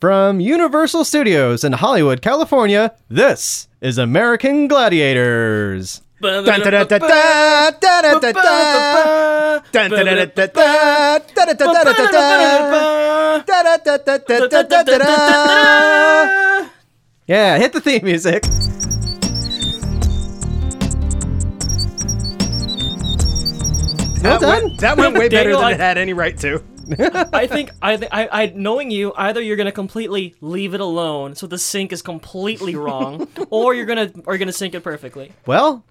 From Universal Studios in Hollywood, California, this is American Gladiators. Dun, dun, dun, dun, dun, dun, dun, dun. Dun, dun, dun, dun, dun, dun, dun, dun, dun, dun, dun. Dun, dun, dun, dun, dun, dun, dun, dun, dun. Yeah, hit the theme music. Well That done. went- That went way better Daniel, than I- it had any right to. I think I, th- I, I, knowing you, either you're gonna completely leave it alone, so the sync is completely wrong, or you're gonna, or you're gonna sync it perfectly. Well,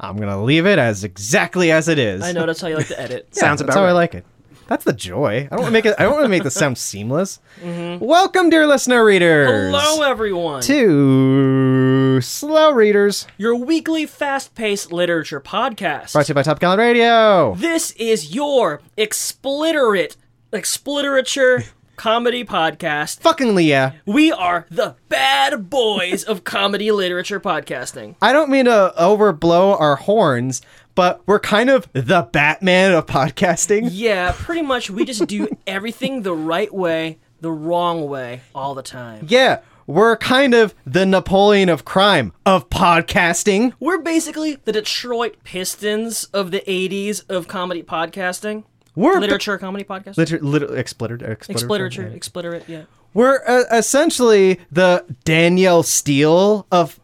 I'm gonna leave it as exactly as it is. I know that's how you like to edit. Yeah, Sounds that's about how I right. like it. That's the joy. I don't want to make it. I don't want to make this sound seamless. Welcome, dear listener readers, Hello, everyone. to Slow Readers, Your weekly fast-paced literature podcast. brought to you by Top Gun Radio. This is your expliterate, expliterature comedy podcast. Fuckingly, yeah. We are the bad boys of comedy literature podcasting. I don't mean to overblow our horns, but we're kind of the Batman of podcasting. Yeah, pretty much we just do everything the right way, the wrong way, all the time. Yeah, we're kind of the Napoleon of crime of podcasting. We're basically the Detroit Pistons of the 80s of comedy podcasting. We're literature comedy podcasting. Liter- liter- expliter- expliter- Expliterature, expliterate, yeah. We're uh, essentially the Danielle Steele of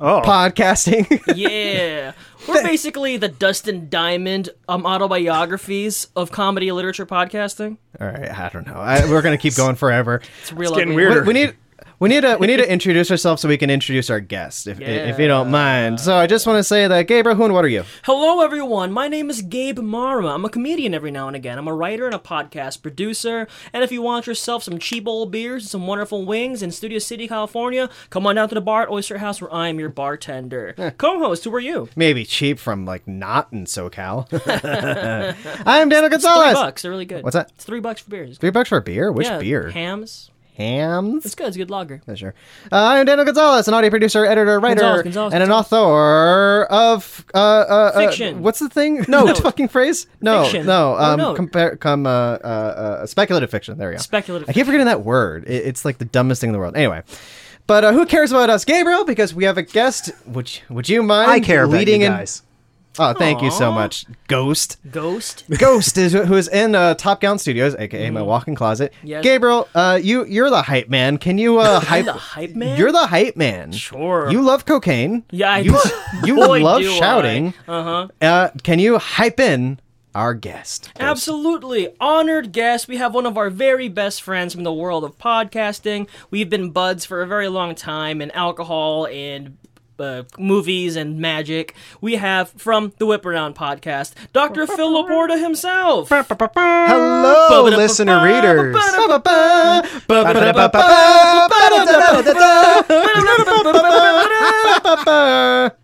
Oh, podcasting. Yeah. We're basically the Dustin Diamond um, autobiographies of comedy literature podcasting. All right, I don't know. I, we're gonna keep going forever. It's real getting ugly. weirder. We need. We need to we need to introduce ourselves so we can introduce our guest if, if you don't mind. So I just want to say that Gabriel, who and what are you? Hello, everyone. My name is Gabe Marma. I'm a comedian every now and again. I'm a writer and a podcast producer. And if you want yourself some cheap old beers and some wonderful wings in Studio City, California, come on down to the bar at Oyster House where I am your bartender. Co-host, who are you? Maybe cheap from like not in SoCal. I'm Daniel Gonzalez. Three bucks. They're really good. What's that? It's three bucks for beers. Three bucks for a beer? Which yeah, beer? Hams. Hams. It's good. It's a good lager. Yeah, Sure. Uh, I'm Daniel Gonzalez, an audio producer, editor, writer, Gonzalez, Gonzalez, and an author of uh, uh, uh, Fiction. what's the thing? No, No. fucking phrase. No, Fiction. no. Oh, Um, no. Compare, come uh, uh, uh, speculative fiction. There you go. Speculative I keep forgetting that word. It, it's like the dumbest thing in the world. Anyway. But uh, who cares about us, Gabriel? Because we have a guest. Would you, would you mind? I care about you leading in- guys. Oh, thank you so Aw. much, Ghost. Ghost. Ghost is who is in uh, Top Gown Studios, aka my walk-in closet. Mm-hmm. Yes. Gabriel, uh, you you're the hype man. Can you uh, hype? the hype man? You're the hype man. Sure. You love cocaine. Yeah, I you, do. you Boy, love do I. shouting. Uh-huh. Uh, can you hype in our guest? Ghost? Absolutely. Honored guest. We have one of our very best friends from the world of podcasting. We've been buds for a very long time in alcohol and uh, movies and magic. We have from the Whip Around podcast, Dr. Phil Laporta himself. Hello, Ba-ba-da-ba-ba, Oh, listener readers. Ba-ba-ba, ba-ba-da-ba-ba, I, ba-ba-ba.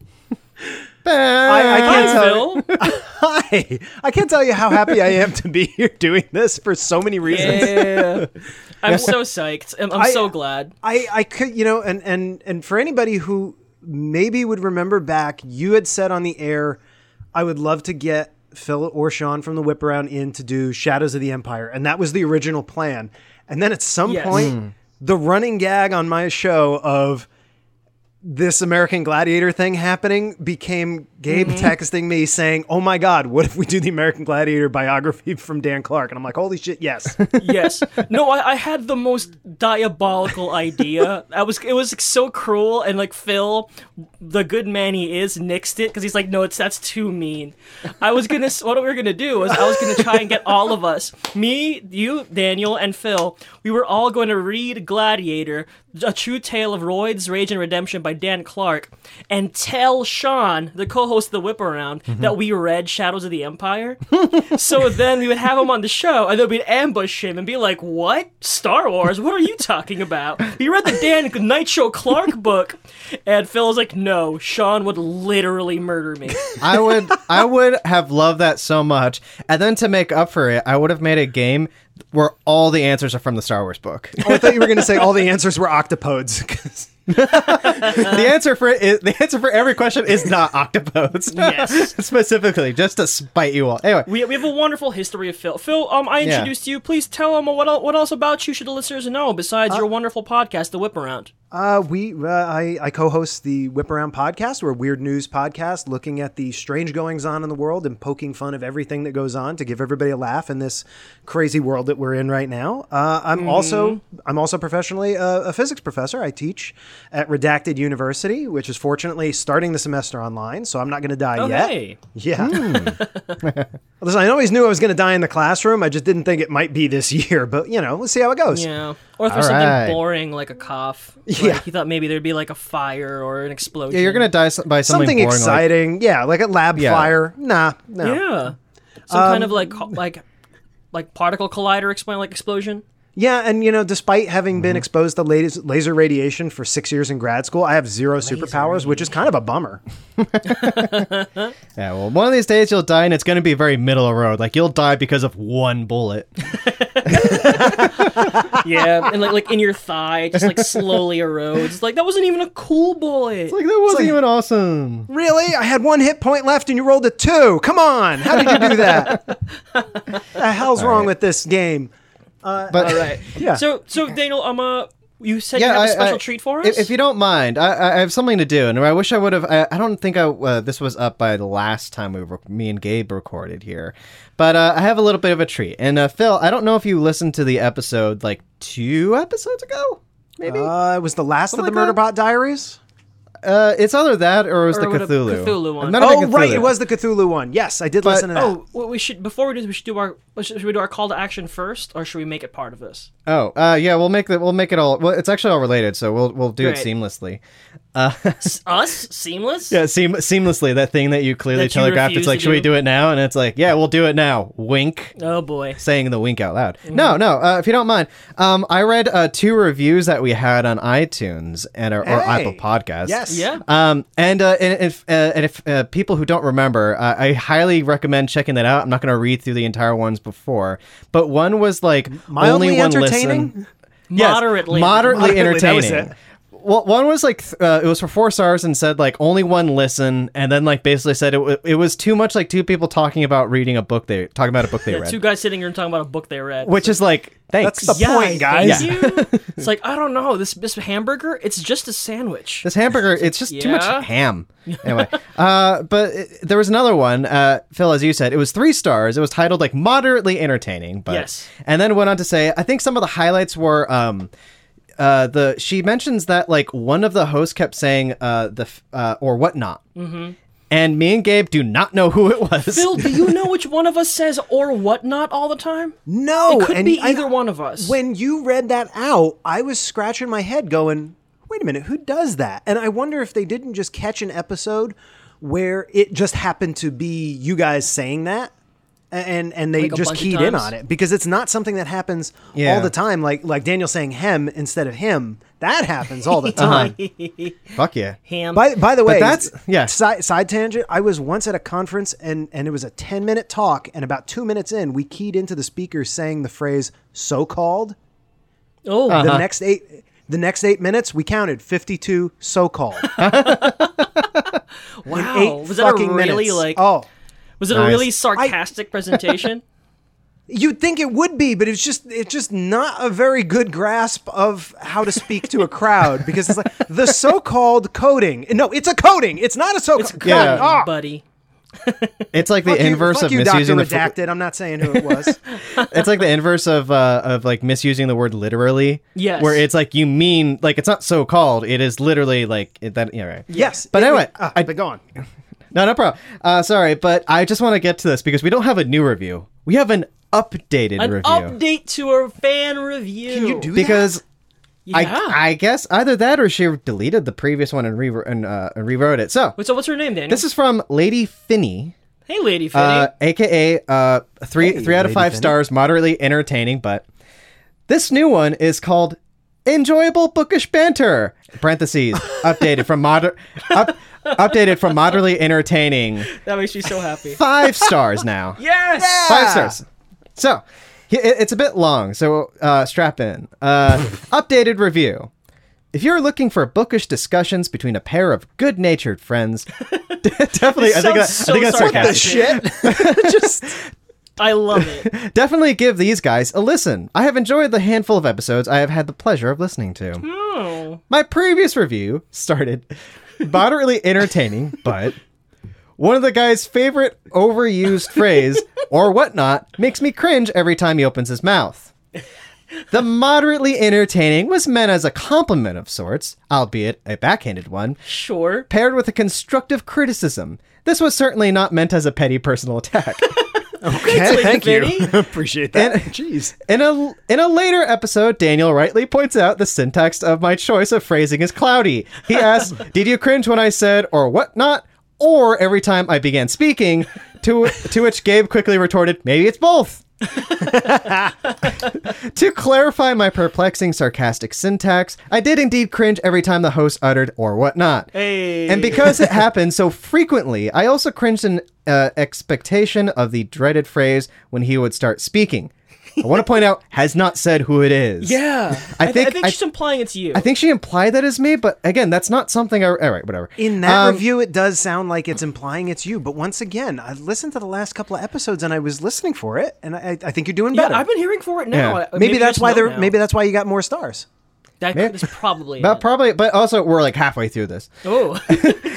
I can't Hi, tell. Phil. Hi. I can't tell you how happy I am to be here doing this for so many reasons. Yeah. I'm so psyched. I'm, I'm I- so glad. I, I could, you know, and, and, and for anybody who maybe would remember back, you had said on the air, I would love to get Phil or Sean from the Whip Around in to do Shadows of the Empire. And that was the original plan. And then at some Yes. point, the running gag on my show of this American Gladiator thing happening became Gabe texting me saying, Oh my God, what if we do the American Gladiator biography from Dan Clark? And I'm like, Holy shit, yes. yes. No, I, I had the most diabolical idea. I was it was so cruel and like Phil, the good man he is, nixed it because he's like, no, it's that's too mean. I was gonna s- what we were gonna do was I was gonna try and get all of us, me, you, Daniel, and Phil. We were all going to read Gladiator, a true tale of Royd's Rage and Redemption by Dan Clark, and tell Sean, the co-host of the Whip Around, that we read Shadows of the Empire. So then we would have him on the show, and then we'd ambush him and be like, "What Star Wars? What are you talking about? You read the Dan Nitro Clark book?" And Phil was like, "No, Sean would literally murder me." I would I would have loved that so much. And then to make up for it, I would have made a game where all the answers are from the Star Wars book. Oh, I thought you were going to say all the answers were octopodes. the answer for it is, the answer for every question is not octopodes. Yes. specifically, just to spite you all. Anyway, We, we have a wonderful history of Phil. Phil, um, I Yeah. introduced you. Please tell them what el- what else about you should the listeners know Uh, besides your wonderful podcast, The Whip Around. Uh, we uh, I, I co-host the Whip Around podcast. We're a weird news podcast looking at the strange goings on in the world and poking fun of everything that goes on to give everybody a laugh in this crazy world that we're in right now. Uh, Mm-hmm. I'm also I'm also professionally a, a physics professor. I teach at Redacted University, which is fortunately starting the semester online, so I'm not going to die Oh, yet. hey. Yeah. Listen, I always knew I was going to die in the classroom. I just didn't think it might be this year, but you know, let's see how it goes. Yeah. Or through All something right. boring like a cough. Yeah. Like, he thought maybe there'd be like a fire or an explosion. yeah, you're gonna die so- by something, something, boring, like- exciting. yeah, like a lab Yeah. fire. Nah, no. Yeah. Yeah. Some kind Um, of like co- like like particle collider explain like explosion. and you know, despite having Mm-hmm. been exposed to latest laser radiation for six years in grad school, I have zero superpowers, which is kind of a bummer. yeah, well, one of these days you'll die, and it's gonna be very middle of the road. Like you'll die because of one bullet. Yeah, and like like in your thigh, it just like slowly erodes. It's like that wasn't even a cool bullet. Like that wasn't even awesome. Really? I had one hit point left, and you rolled a two. Come on, how did you do that? the hell's wrong with this game? But All right. Yeah. So so Daniel, um, uh, you said you yeah, have I- a special I- treat for us. If, if you don't mind, I- I, I have something to do, and I wish I would have. I, I don't think I uh, this was up by the last time we were, me and Gabe recorded here, but uh, I have a little bit of a treat. And uh, Phil, I don't know if you listened to the episode like two episodes ago. Maybe Uh, it was the last Oh of Something the like that? Murderbot Diaries. uh, it's either that or it was Or the would a Cthulhu. Cthulhu one. It might have Oh, been right, Cthulhu. it was the Cthulhu one. Yes, I did listen to that. oh, what we should before we do this, we should do our should should we do our call to action first, or should we make it part of this? Oh, uh, yeah, we'll make that. We'll make it all. Well, it's actually all related, so we'll we'll do Great. it seamlessly. S- Us seamless. Yeah, seam- seamlessly. That thing that you clearly That you telegraphed. refuse It's like, to should we do. do it now? And it's like, yeah, we'll do it now. Wink. Oh boy. saying the wink out loud. Mm-hmm. No, no. Uh, if you don't mind, um, I read uh, two reviews that we had on iTunes and or, or Hey. Apple Podcasts. Yes. Yeah. Um, and, uh, and if uh, and if uh, people who don't remember, uh, I highly recommend checking that out. I'm not going to read through the entire ones before, but one was like Mildly only one entertaining? listen. Yes, Moderately. moderately, Moderately, that was entertaining. it. Well, one was like th- uh, it was for four stars and said like only one listen, and then like basically said it, w- it was too much like two people talking about reading a book they talking about a book they Yeah, read two guys sitting here and talking about a book they read. which is like thanks. That's the yeah, point, guys. Thank you. it's like I don't know this this hamburger. It's just a sandwich. this hamburger, it's just too Yeah. much ham. Anyway, uh, but it, there was another one, uh, Phil, as you said, it was three stars. It was titled like moderately entertaining, but Yes. and then went on to say, I think some of the highlights were. Um, uh, the she mentions that like one of the hosts kept saying uh the f- uh or whatnot, mm-hmm. and me and Gabe do not know who it was. Phil, do you know which one of us says or whatnot all the time? No, It could and be I- either one of us. When you read that out, I was scratching my head going, wait a minute, who does that? And I wonder if they didn't just catch an episode where it just happened to be you guys saying that. And and they Like a just bunch of keyed in times? on it because it's not something that happens Yeah. all the time. Like like Daniel saying "hem" instead of "him," that happens all the time. Fuck yeah. Ham. By by the way, that's- yeah. Side, side tangent. I was once at a conference and and it was a ten minute talk, and about two minutes in, we keyed into the speaker saying the phrase "so called," oh, the next eight the next eight minutes we counted 52 so-called wow. eight was that a fucking really minutes like? oh was it a Nice. really sarcastic presentation? you'd think it would be but it's just it's just not a very good grasp of how to speak to a crowd because it's like the so-called coding no it's a coding it's not a so-called coding. Yeah. Ah, buddy. It's like the fuck you- inverse fuck of you, misusing Dr. the fr- redacted i'm not saying who it was it's like the inverse of uh of like misusing the word literally. Yes. Where it's like you mean like it's not so called. It is literally like it, that. Yeah. Right. yes But it- anyway, ah, I- but go on No, no problem. Uh, sorry, but I just want to get to this because we don't have a new review. We have an updated An review. update to our fan review. Can you do because Yeah. I I guess either that or she deleted the previous one and re and, uh, and rewrote it. So Wait, so what's her name, Daniel? this is from Lady Finney. hey, Lady Fitty. uh, aka uh, three three out of Lady five Finny. stars, moderately entertaining. But this new one is called "Enjoyable Bookish Banter." Parentheses updated from moder up, updated from moderately entertaining. that makes me so happy. Five stars now. yes. Five stars. So hi- it, it's a bit long, so uh, strap in. Uh, updated review. If you're looking for bookish discussions between a pair of good-natured friends, definitely. I think, that, sounds I think so that's sarcastic. Shit. Just I love it. Definitely give these guys a listen. I have enjoyed the handful of episodes I have had the pleasure of listening to. Oh. My previous review started moderately entertaining, but one of the guy's favorite overused phrase or whatnot makes me cringe every time he opens his mouth. The moderately entertaining was meant as a compliment of sorts, albeit a backhanded one, Sure. paired with a constructive criticism. This was certainly not meant as a petty personal attack. okay. Thank you. Vinny. Appreciate that. Jeez. In a in a later episode, Daniel rightly points out the syntax of my choice of phrasing is cloudy. He asks, "Did you cringe when I said or whatnot, or every time I began speaking?" To to which Gabe quickly retorted, "Maybe it's both." to clarify my perplexing sarcastic syntax, I did indeed cringe every time the host uttered or whatnot. Hey. And because it happened so frequently, I also cringed in uh, expectation of the dreaded phrase when he would start speaking. I want to point out, has not said who it is. yeah. I th- think- I think I- she's implying it's you. I think she implied that is me, but again, that's not something I. All right, whatever. In that Um, review, it does sound like it's implying it's you. But once again, I listened to the last couple of episodes and I was listening for it, and I, I think you're doing yeah, better. I've been hearing for it now. Uh, Yeah. I- maybe, I that's just why know they're now. maybe that's why you got more stars. that is probably. But it. probably, but also we're like halfway through this, oh.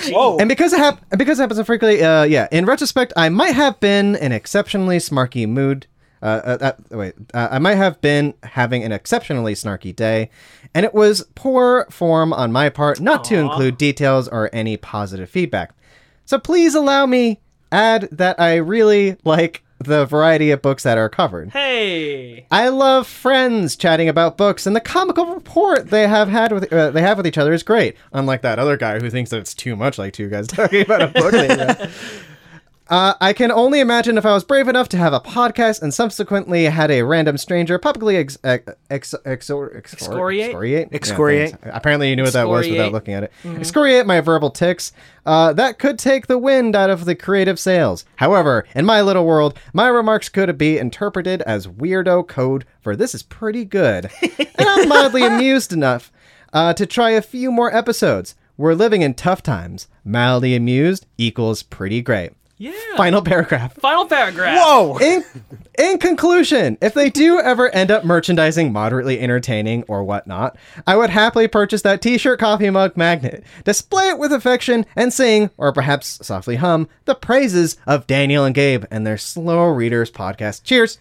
Whoa. and because it hap- and because it happens so frequently, uh, yeah. In retrospect, I might have been in exceptionally smarky mood. Uh, uh, uh, wait, uh, I might have been having an exceptionally snarky day, and it was poor form on my part not to include details or any positive feedback. So please allow me add that I really like the variety of books that are covered. hey. I love friends chatting about books, and the comical report they have had with uh, they have with each other is great. Unlike that other guy who thinks that it's too much, like two guys talking about a book. they read. Uh, I can only imagine if I was brave enough to have a podcast and subsequently had a random stranger publicly ex- ex- ex- exor- exor- Excoriate? excoriate Yeah, Excoriate. thanks. Apparently, you knew what that was without Excoriate. Mm-hmm. looking at it. Excoriate my verbal tics. Uh, that could take the wind out of the creative sails. However, in my little world, my remarks could be interpreted as weirdo code for this is pretty good. and I'm mildly amused enough uh, to try a few more episodes. We're living in tough times. Mildly amused equals pretty great. Yeah. Final paragraph. Final paragraph. Whoa. In, in conclusion, if they do ever end up merchandising moderately entertaining or whatnot, I would happily purchase that t shirt, coffee mug, magnet, display it with affection, and sing, or perhaps softly hum, the praises of Daniel and Gabe and their Slow Readers podcast. Cheers.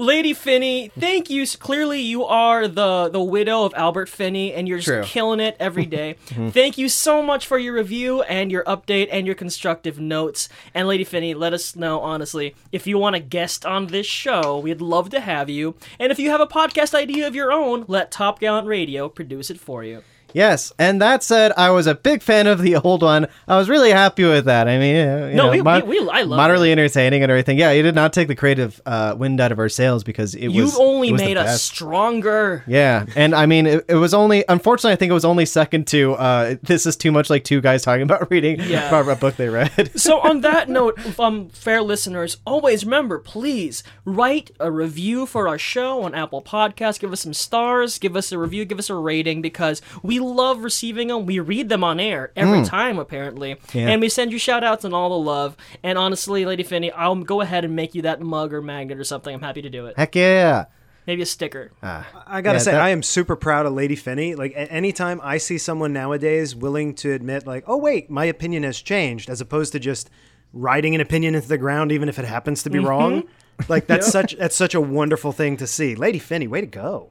Lady Finney, thank you. Clearly, you are the the widow of Albert Finney, and you're just True. Mm-hmm. killing it every day. thank you so much for your review and your update and your constructive notes. And Lady Finney, let us know honestly if you want a guest on this show. We'd love to have you. And if you have a podcast idea of your own, let Top Gallant Radio produce it for you. Yes, and that said, I was a big fan of the old one. I was really happy with that. I mean, uh, you No, know, we- we- we- I love moderately entertaining and everything. Yeah, you did not take the creative uh, wind out of our sails because it was You've only it was the made us best. stronger. Yeah, and I mean, it, it was only unfortunately, I think it was only second to uh, this is too much like two guys talking about reading Yeah. about a book they read. so on that note um fair listeners always remember please write a review for our show on apple podcast give us some stars give us a review give us a rating because we love receiving them we read them on air Hmm. every time apparently and we send you shout outs and all the love and honestly lady finney i'll go ahead and make you that mug or magnet or something i'm happy to do it Heck yeah! maybe a sticker Uh. I gotta Yeah, say, that- I am super proud of Lady Finney. Like, a- anytime I see someone nowadays willing to admit, like, oh wait, my opinion has changed, as opposed to just riding an opinion into the ground, even if it happens to be wrong. Like that's such that's such a wonderful thing to see. Lady Finney, way to go.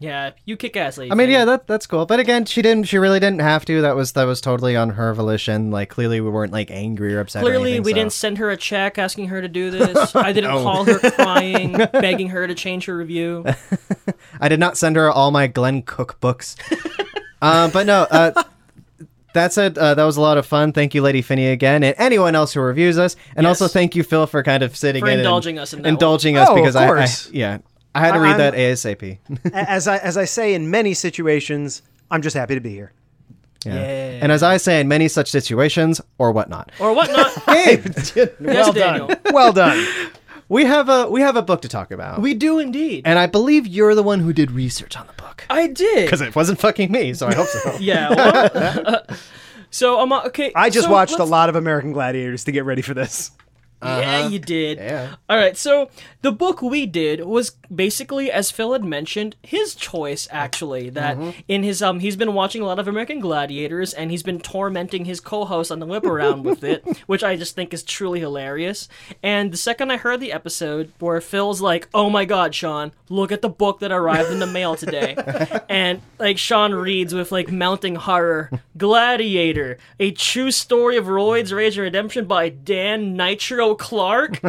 yeah you kick ass lady I mean, yeah, that that's cool. But again, she didn't. She really didn't have to. That was that was totally on her volition. Like clearly, we weren't like angry or upset. or Clearly, anything, we so- didn't send her a check asking her to do this. I didn't Oh. call her crying, begging her to change her review. I did not send her all my Glenn Cook books. um, but no, uh, that said, uh, that was a lot of fun. Thank you, Lady Finney, again, and anyone else who reviews us. And also thank you, Phil, for kind of sitting For in and indulging us in that indulging one. us Oh, of because I- I, course. Uh-huh. yeah, I had to I- read I'm- that ASAP. A- as I as I say in many situations, I'm just happy to be here. Yeah. Yeah. And as I say in many such situations or whatnot. Or whatnot. Gabe, Yes, Daniel. Well done. we have a we have a book to talk about. We do indeed. and I believe you're the one who did research on the book I did. because it wasn't fucking me. So I hope so. Yeah. well, uh, so I'm uh, okay. I just so watched a let's- lot of American Gladiators to get ready for this. uh-huh. Yeah, you did. Yeah. All right. So the book we did was basically, as Phil had mentioned, his choice actually. That in his um, he's been watching a lot of American Gladiators, and he's been tormenting his co-host on the whip around with it, which I just think is truly hilarious. And the second I heard the episode where Phil's like, "Oh my God, Sean, look at the book that arrived in the mail today," and like Sean reads with like mounting horror, Gladiator, a true story of Royd's Rage and Redemption by Dan Nitro Clark.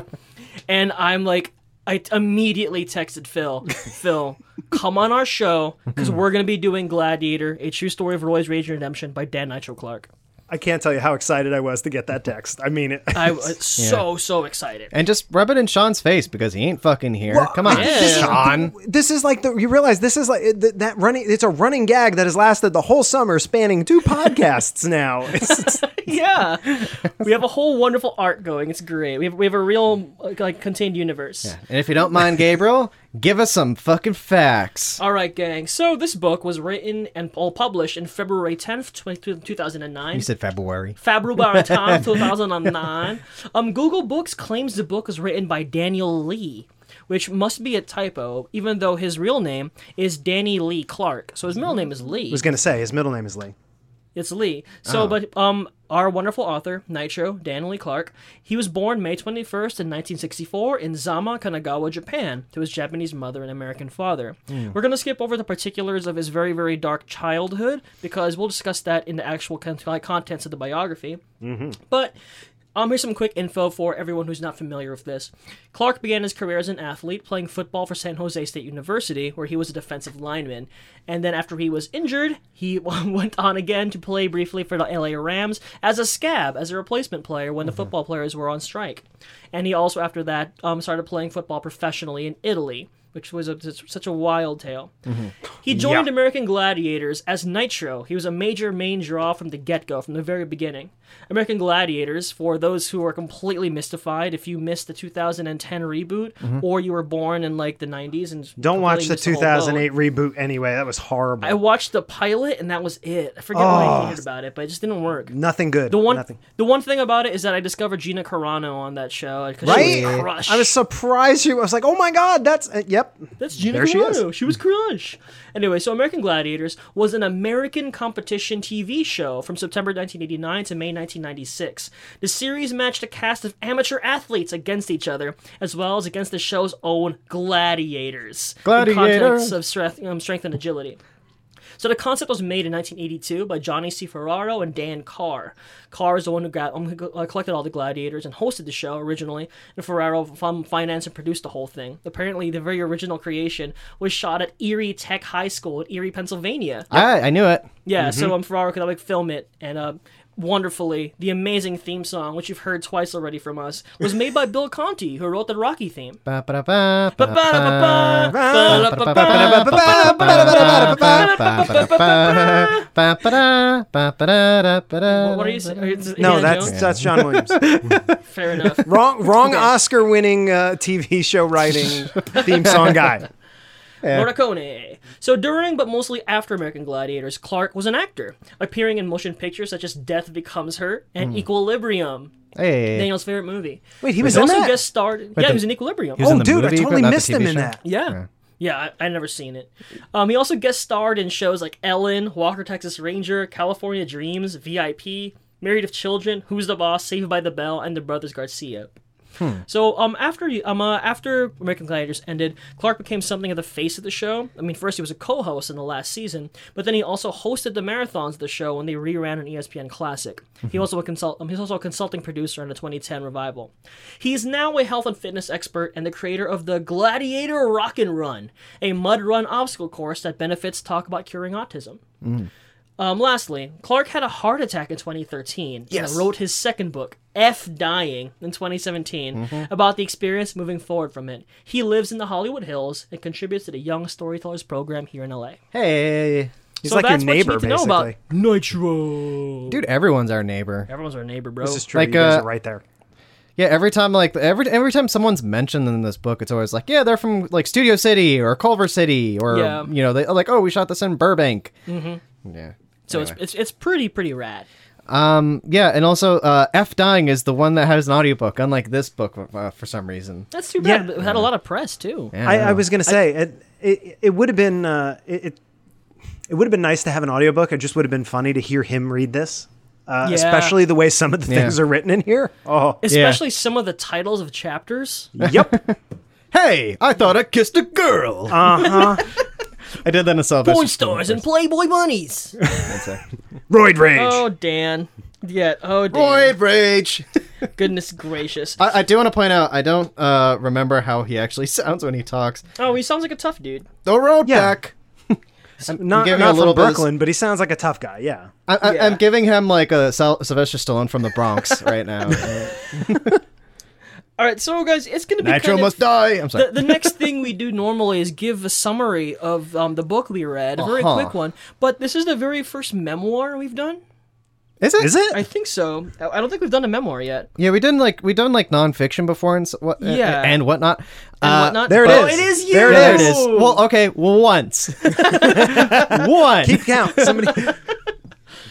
And I'm like, I t- immediately texted Phil, Phil, come on our show because we're going to be doing Gladiator, a true story of Roy's Rage and Redemption by Dan Nitro Clark. I can't tell you how excited I was to get that text. I mean it. I was so, so excited. And just rub it in Sean's face because he ain't fucking here. Come on, Yeah. this is- Sean. this is like the you realize this is like th- that running. It's a running gag that has lasted the whole summer, spanning two podcasts now. It's, it's, yeah. We have a whole wonderful art going. It's great. We have, we have a real, like, like, contained universe. And if you don't mind, Gabriel, give us some fucking facts. All right, gang. So this book was written and all published in February 10th, 20, 2009. You said February. February 10th, 2009. Um, Google Books claims the book was written by Daniel Lee, which must be a typo, even though his real name is Danny Lee Clark. So his middle name is Lee. I was gonna say his middle name is Lee. It's Lee. So, but um, our wonderful author, Nitro Dan Lee Clark, he was born May 21st in 1964 in Zama, Kanagawa, Japan, to his Japanese mother and American father. We're gonna skip over the particulars of his very, very dark childhood because we'll discuss that in the actual con- like, contents of the biography. But um, here's some quick info for everyone who's not familiar with this. Clark began his career as an athlete, playing football for San Jose State University, where he was a defensive lineman. And then after he was injured, he went on again to play briefly for the LA Rams as a scab, as a replacement player when the football players were on strike. And he also, after that, um, started playing football professionally in Italy. Which was a, such a wild tale. He joined American Gladiators as Nitro. He was a major main draw from the get go, from the very beginning. American Gladiators, for those who are completely mystified, if you missed the 2010 reboot or you were born in like the 90s and Mm-hmm. Don't watch completely the missed whole boat. 2008 reboot anyway. That was horrible. I watched the pilot and that was it. I forget what I hated about it, but it just didn't work. nothing good. The one, Oh. nothing. the one thing about it is that I discovered Gina Carano on that show. 'cause She was Right? crushed. I was surprised. You. I was like, oh my god, that's uh, yep. That's Gina There she is. Carano. She, was Crush. Anyway, so American Gladiators was an American competition TV show from September 1989 to May 1996. The series matched a cast of amateur athletes against each other, as well as against the show's own gladiators. in Gladiators. contests of strength, um, strength and agility. So the concept was made in 1982 by Johnny C. Ferraro and Dan Carr. Carr is the one who got, um, who, uh, collected all the gladiators and hosted the show originally, and Ferraro um, financed and produced the whole thing. Apparently, the very original creation was shot at Erie Tech High School in Erie, Pennsylvania. I, I knew it. Yeah, so um, Ferraro could like film it and uh, wonderfully, the amazing theme song, which you've heard twice already from us, was made by Bill Conti, who wrote the Rocky theme. Ba-ba-da-ba, Ba-ba-da-ba-ba, ba-ba-da-ba, ba-ba-da-ba-ba, ba-ba-da-ba-ba, ba-ba-da, ba-ba-da-ba-da. What are you saying? Are you- is it No, Indiana that's Jones? that's John Williams. fair enough. wrong, wrong Oscar-winning uh, TV show writing theme song guy. Morricone. So during, but mostly after American Gladiators, Clark was an actor, appearing in motion pictures such as Death Becomes Her and Equilibrium, Hey. Daniel's favorite movie. Hmm. Wait, he was He in also that. guest starred. yeah, he was in Equilibrium. was in oh, the dude, movie, I but totally not the missed him TV in show? that. Yeah. Yeah, I, I never seen it. Um, he also guest starred in shows like Ellen, Walker, Texas Ranger, California Dreams, VIP, Married of Children, Who's the Boss, Saved by the Bell, and The Brothers Garcia. So um after um uh, after American Gladiators ended, Clark became something of the face of the show. I mean, first he was a co-host in the last season, but then he also hosted the marathons of the show when they reran an E ESPN Classic. He also a consult um, he's also a consulting producer on the 2010 revival. He is now a health and fitness expert and the creator of the Gladiator Rock and Run, a mud run obstacle course that benefits talk about curing autism. Um, lastly, Clark had a heart attack in 2013 Yes. and wrote his second book, F Dying, in 2017 Mm-hmm. about the experience moving forward from it. He lives in the Hollywood Hills and contributes to the Young Storytellers program here in LA. Hey. He's so like your that's neighbor, what you basically. need to know about Nitro. Dude, everyone's our neighbor. Everyone's our neighbor, bro. This is true. Like, you guys uh, are right there. Yeah, every time like every every time someone's mentioned in this book, it's always like, yeah, they're from like Studio City or Culver City or Yeah. you know they like oh we shot this in Burbank. Mm-hmm. Yeah. So it's, it's it's pretty pretty rad. Um. Yeah, and also uh, F dying is the one that has an audiobook, unlike this book uh, for some reason. That's too bad. Yeah. It had a lot of press too. Yeah, I, don't I know. was gonna say it. It, it would have been uh, it. it it would have been nice to have an audiobook. It just would have been funny to hear him read this, uh, Yeah. especially the way some of the things Yeah. are written in here. Oh, Especially some of the titles of chapters. yep. Hey, I thought I kissed a girl. Uh huh. I did that in a Sylvester. Porn stars and Playboy bunnies. Roid rage. Oh Dan. Yeah. Oh Dan. Boy, rage. Goodness gracious. I, I do want to point out, I don't uh, remember how he actually sounds when he talks. Oh, he sounds like a tough dude. The road Yeah. back. not giving a not little from bit of- Brooklyn, but he sounds like a tough guy. Yeah. I, I, Yeah. I'm giving him like a Syl- Sylvester Stallone from the Bronx right now. All right, so guys, it's gonna be Nitro kind must of, die. I'm sorry. the, the next thing we do normally is give a summary of um, the book we read, a very Uh-huh. quick one. But this is the very first memoir we've done. is it? Is it? I think so. I I don't think we've done a memoir yet. Yeah, we done like we done like nonfiction before and s- what Yeah. and whatnot. And Uh, whatnot. there it oh, is. It is you. There it Yeah, there it is. is. Well, okay, once, one. Keep count. Somebody.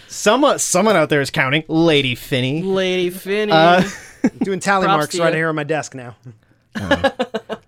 Someone, someone out there is counting. Lady Finney. Lady Finney. uh, doing tally Props marks to right you. here on my desk now.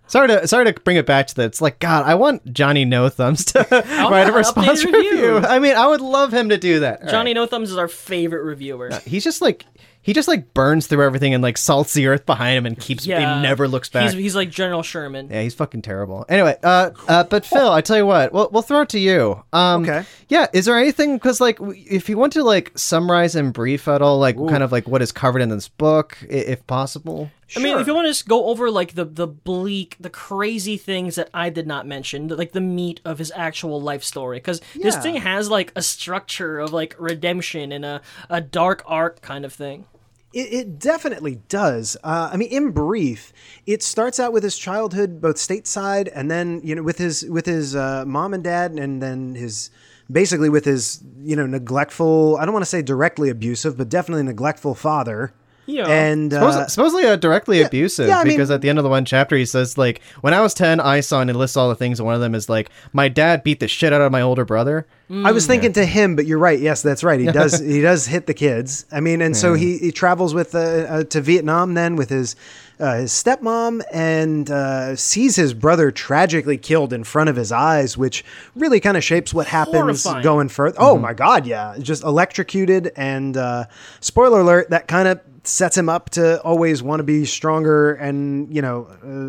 Sorry to sorry to bring it back to that. It's like God, I want Johnny No Thumbs to write a an response updated review. review. I mean, I would love him to do that. All Johnny right. No Thumbs is our favorite reviewer. he's just like he just like burns through everything and like salts the earth behind him and keeps. Yeah, he never looks back. He's, he's like General Sherman. Yeah, he's fucking terrible. Anyway, uh, uh, but Phil, I tell you what, we'll, we'll throw it to you. Um, Okay. Yeah, is there anything because like w- if you want to like summarize and brief at all, like kind of like what is covered in this book, i- if possible. I mean, Sure. if you want to just go over like the the bleak, the crazy things that I did not mention, the- like the meat of his actual life story, because this Yeah. thing has like a structure of like redemption and a a dark arc kind of thing. It, it definitely does. Uh, I mean, in brief, it starts out with his childhood, both stateside, and then you know with his with his uh, mom and dad, and then his basically with his you know neglectful. I don't want to say directly abusive, but definitely neglectful father. Yeah. And Suppos- uh, supposedly uh, directly abusive yeah, I mean- because at the end of the one chapter he says like when I was ten I saw and it lists all the things and one of them is like my dad beat the shit out of my older brother. I was thinking to him, but you're right. Yes, that's right. He does. he does hit the kids. I mean, and so he, he travels with uh, uh, to Vietnam then with his uh, his stepmom and uh, sees his brother tragically killed in front of his eyes, which really kind of shapes what happens Horrifying. going further. Oh Mm-hmm. my God, yeah, just electrocuted and uh, spoiler alert. That kind of sets him up to always want to be stronger and you know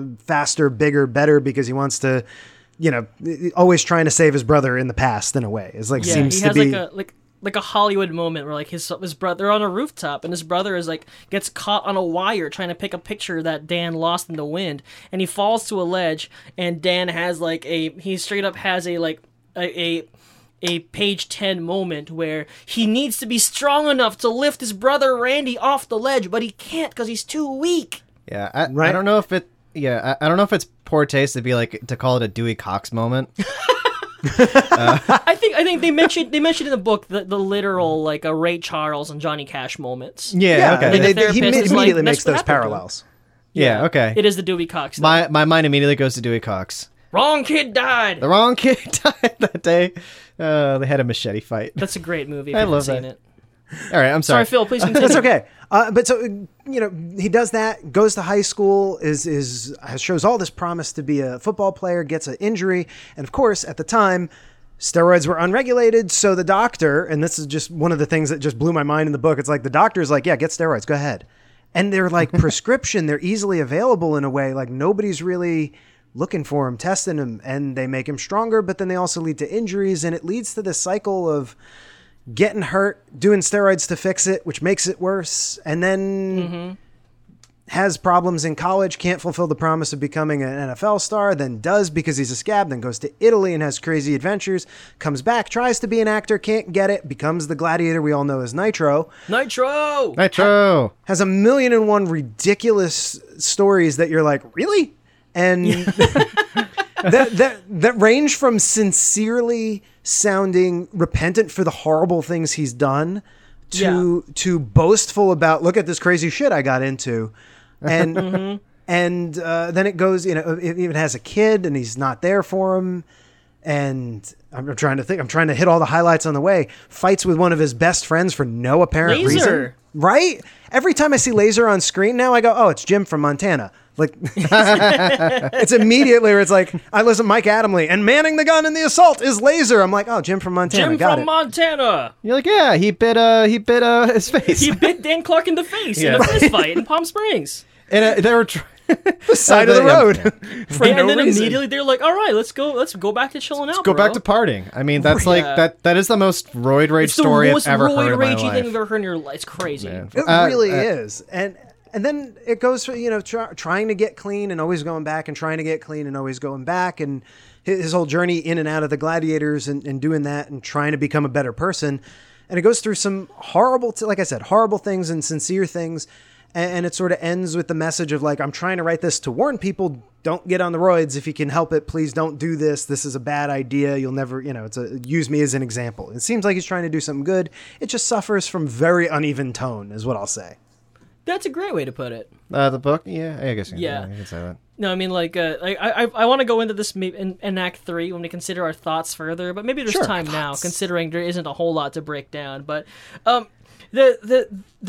uh, faster, bigger, better because he wants to. You know, always trying to save his brother in the past in a way. It's like yeah, seems he to has be like a like like a Hollywood moment where like his his brother they're on a rooftop and his brother is like gets caught on a wire trying to pick a picture that Dan lost in the wind and he falls to a ledge and Dan has like a he straight up has a like a, a a page 10 moment where he needs to be strong enough to lift his brother Randy off the ledge but he can't because he's too weak Yeah, I, I Right. don't know if it. Yeah, I, I don't know if it's poor taste to be like to call it a Dewey Cox moment. I think I think they mentioned they mentioned in the book the, the literal like a Ray Charles and Johnny Cash moments Yeah, Yeah, okay. I mean, The they, they- he therapist mi- is immediately like, makes "That's what those happened to him." parallels. yeah, okay. it is the Dewey Cox thing. my my mind immediately goes to Dewey Cox. wrong kid died The wrong kid died that day. Uh, they had a machete fight. That's a great movie. If I I love love seen that. it. All right, I'm sorry. Sorry, Phil. Please continue. That's okay. Uh, but so uh, you know, he does that. Goes to high school. Is is has- shows all this promise to be a football player. Gets an injury, and of course, at the time, steroids were unregulated. So the doctor, and this is just one of the things that just blew my mind in the book. It's like the doctor's like, yeah, get steroids. Go ahead. And they're like prescription. They're easily available in a way. Like nobody's really looking for him, testing him, and they make him stronger. But then they also lead to injuries, and it leads to this cycle of getting hurt, doing steroids to fix it, which makes it worse, and then has problems in college, can't fulfill the promise of becoming an NFL star, then does because he's a scab, then goes to Italy and has crazy adventures, comes back, tries to be an actor, can't get it, becomes the gladiator we all know as Nitro, Nitro. Nitro. has a million and one ridiculous stories that you're like, really? And that, that that range from sincerely sounding repentant for the horrible things he's done to to boastful about look at this crazy shit I got into. and and uh, then it goes. You know, it even has a kid, and he's not there for him. And I'm I'm trying to think. I'm trying to hit all the highlights on the way. Fights with one of his best friends for no apparent reason. Laser. Right? Every time I see Laser on screen now, I go, "Oh, it's Jim from Montana." Like it's immediately where it's like I listen to Mike Adamley and manning the gun in the assault is Laser. I'm like, oh, Jim from Montana, Jim got from it. Montana. You're like, yeah, he bit uh he bit uh his face. He bit Dan Clark in the face in a Yeah. fist fight in Palm Springs. and uh, they were tr- the side Uh, of the road for Yeah, no and then reason. immediately they're like, "All right, let's go. Let's go back to chilling out. go bro. back to partying. I mean, that's like Yeah. that that is the most roid rage It's the story I've most ever roid heard in my ragey thing life. you've ever heard in your life. It's crazy. It Uh, really uh, is, and and then it goes for you know try, trying to get clean and always going back and trying to get clean and always going back and his, his whole journey in and out of the gladiators and, and doing that and trying to become a better person, and it goes through some horrible t- like I said horrible things and sincere things, and, and it sort of ends with the message of like I'm trying to write this to warn people don't get on the roids if you can help it please don't do this this is a bad idea you'll never you know it's a use me as an example it seems like he's trying to do something good it just suffers from very uneven tone is what i'll say That's a great way to put it. Uh, the book, yeah, I guess. Yeah. Yeah, you can say that. No, I mean like uh, I I, I want to go into this ma- in, in Act Three when we consider our thoughts further, but maybe there's Sure, time now thoughts. considering there isn't a whole lot to break down. But um, the the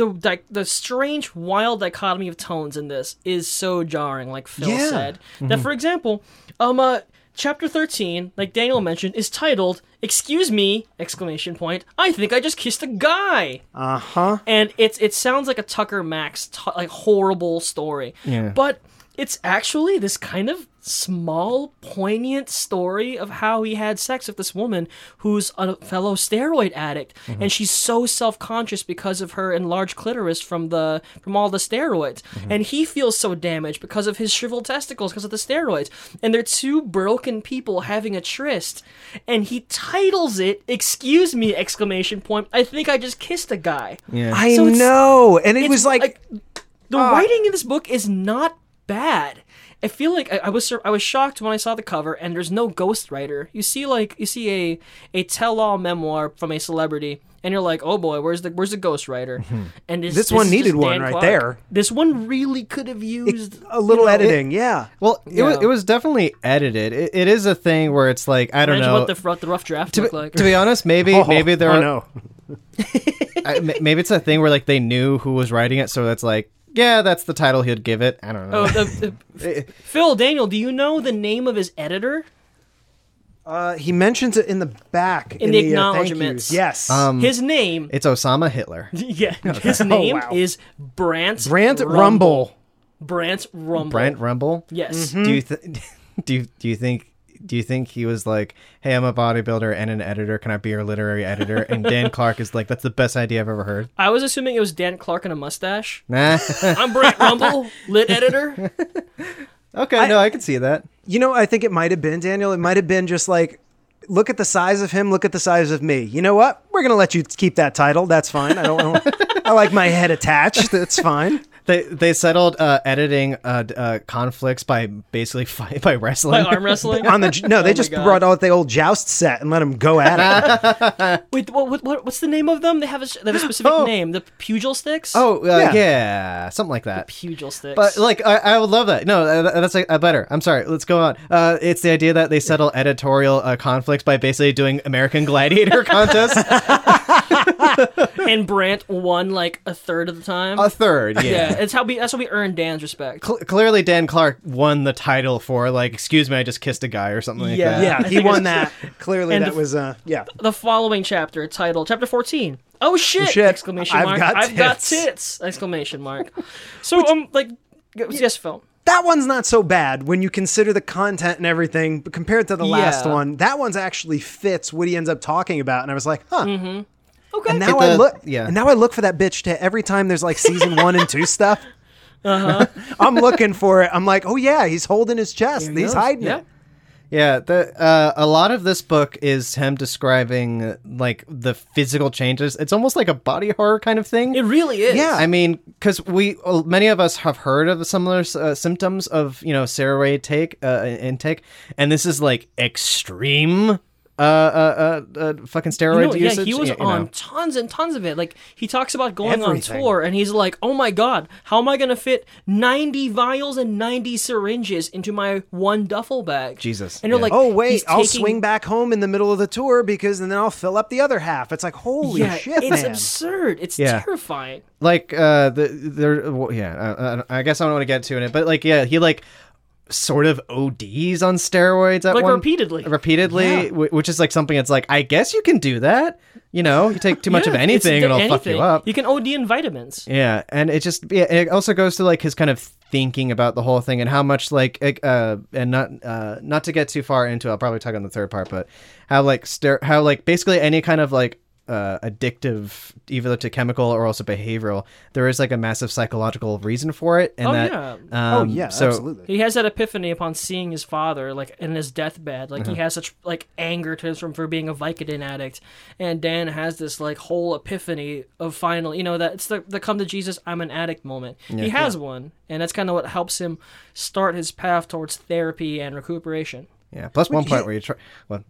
the di- the strange wild dichotomy of tones in this is so jarring. Like Phil Yeah. Mm-hmm. said, that for example, um, uh, chapter thirteen, like Daniel mentioned, is titled "Excuse me!" exclamation point. I think I just kissed a guy uh-huh and it's it sounds like a Tucker Max t- like horrible story. Yeah. But it's actually this kind of small poignant story of how he had sex with this woman who's a fellow steroid addict and she's so self-conscious because of her enlarged clitoris from the from all the steroids and he feels so damaged because of his shriveled testicles because of the steroids and they're two broken people having a tryst and he titles it excuse me exclamation point i think i just kissed a guy Yeah. i So it's- know and it it's was like, "Ah." the writing in this book is not bad. I feel like I, I was sur- I was shocked when I saw the cover and there's no ghostwriter. You see like you see a a tell-all memoir from a celebrity and you're like, "Oh boy, where's the where's the ghostwriter?" And it's, Hmm. This one is just needed one Dan right Clark. there. This one really could have used a little you know, editing yeah Well, it was Yeah. it was definitely edited. It, it is a thing where it's like I don't Imagine know. what the, rough- the rough draft to, looked be- like. to be honest, maybe maybe there oh, are no I- m- maybe it's a thing where like they knew who was writing it, so that's like yeah, that's the title he'd give it. I don't know. Oh, the- Eh. the- Phil Daniel, do you know the name of his editor? uh, he mentions it in the back in, the uh, thank acknowledgements. yous. yes Um, his name it's Osama Hitler. Yeah, his name oh, wow. is Brant brant rumble, Brant Rumble. Brent Rumble. Yes. Do you th- do you, do you think do you think he was like, "Hey, I'm a bodybuilder and an editor. Can I be your literary editor?" And Dan Clark is like, "That's the best idea I've ever heard." I was assuming it was Dan Clark and a mustache. Nah. I'm Brant Rumble, lit editor. okay, no, I can see that. You know, I think it might have been Daniel. It might have been just like, look at the size of him, look at the size of me. You know what? We're gonna let you keep that title. That's fine. I don't. I, don't- I like my head attached. That's fine. They they settled uh, editing uh, d- uh, conflicts by basically fight by By wrestling. arm wrestling. On the j- no, they Oh my just God. brought out the old joust set and let him go at it. Wait, what, what, what, what's the name of them? They have a, they have a specific Oh. name. The pugil sticks. oh uh, Yeah. yeah. something like that. pugil sticks. But like, I, I would love that. No, uh, that's like, uh, better. I'm sorry. Let's go on. Uh, it's the idea that they settle editorial uh, conflicts by basically doing American Gladiator contests. and Brant won like a third of the time. A third, yeah. yeah, it's how we that's how we earn Dan's respect. Cl- clearly, Dan Clark won the title for like, excuse me, I just kissed a guy or something like Yeah. that. Yeah, he won that. Clearly, And that the- was uh, yeah. The following chapter, titled chapter fourteen. Oh shit! shit. Exclamation I've mark. got I've got tits. tits! Exclamation mark. So um, like, g- yes, Phil. That one's not so bad when you consider the content and everything, but compared to the last Yeah. one, that one's actually fits what he ends up talking about. And I was like, huh, Mm-hmm. Okay. And now It I does- look, yeah. yeah. And now I look for that bitch to every time there's like season one and two stuff. Uh-huh. I'm looking for it. I'm like, oh yeah, he's holding his chest. He's hiding yeah. it. Yeah, the uh, a lot of this book is him describing uh, like the physical changes. It's almost like a body horror kind of thing. It really is. Yeah. I mean, because we uh, many of us have heard of similar uh, symptoms of you know steroid take uh, intake, and this is like extreme uh, uh, uh, uh fucking steroid No, usage. yeah, he was you know. on tons and tons of it. Like he talks about going Everything. on tour, and he's like, "Oh my god, how am I gonna fit ninety vials and ninety syringes into my one duffel bag?" Jesus, and you're yeah. like, Oh wait, he's I'll taking- swing back home in the middle of the tour because and then I'll fill up the other half. It's like holy Yeah, shit, it's man. absurd. It's Yeah. terrifying. like uh the there well, yeah uh, I, I guess I don't want to get to it but like yeah he like sort of ODs on steroids at Like, one- repeatedly. repeatedly Yeah. whi- which is like something it's like I guess you can do that you know you take too much of Yeah, anything it's and it'll fuck you anything. up You can OD in vitamins. yeah and it just yeah it also goes to like his kind of thinking about the whole thing and how much like it- uh and not uh not to get too far into it, I'll probably talk on the third part but how like ster- how like basically any kind of like uh addictive either to chemical or also behavioral there is like a massive psychological reason for it and Oh, that yeah. um, oh yeah, so absolutely. He has that epiphany upon seeing his father, like in his deathbed. Like Uh-huh. he has such like anger to him from for being a Vicodin addict, and Dan has this like whole epiphany of finally, you know, that it's the the come to Jesus, I'm an addict moment. he has one, and that's kind of what helps him start his path towards therapy and recuperation. yeah plus one point he- where you try well,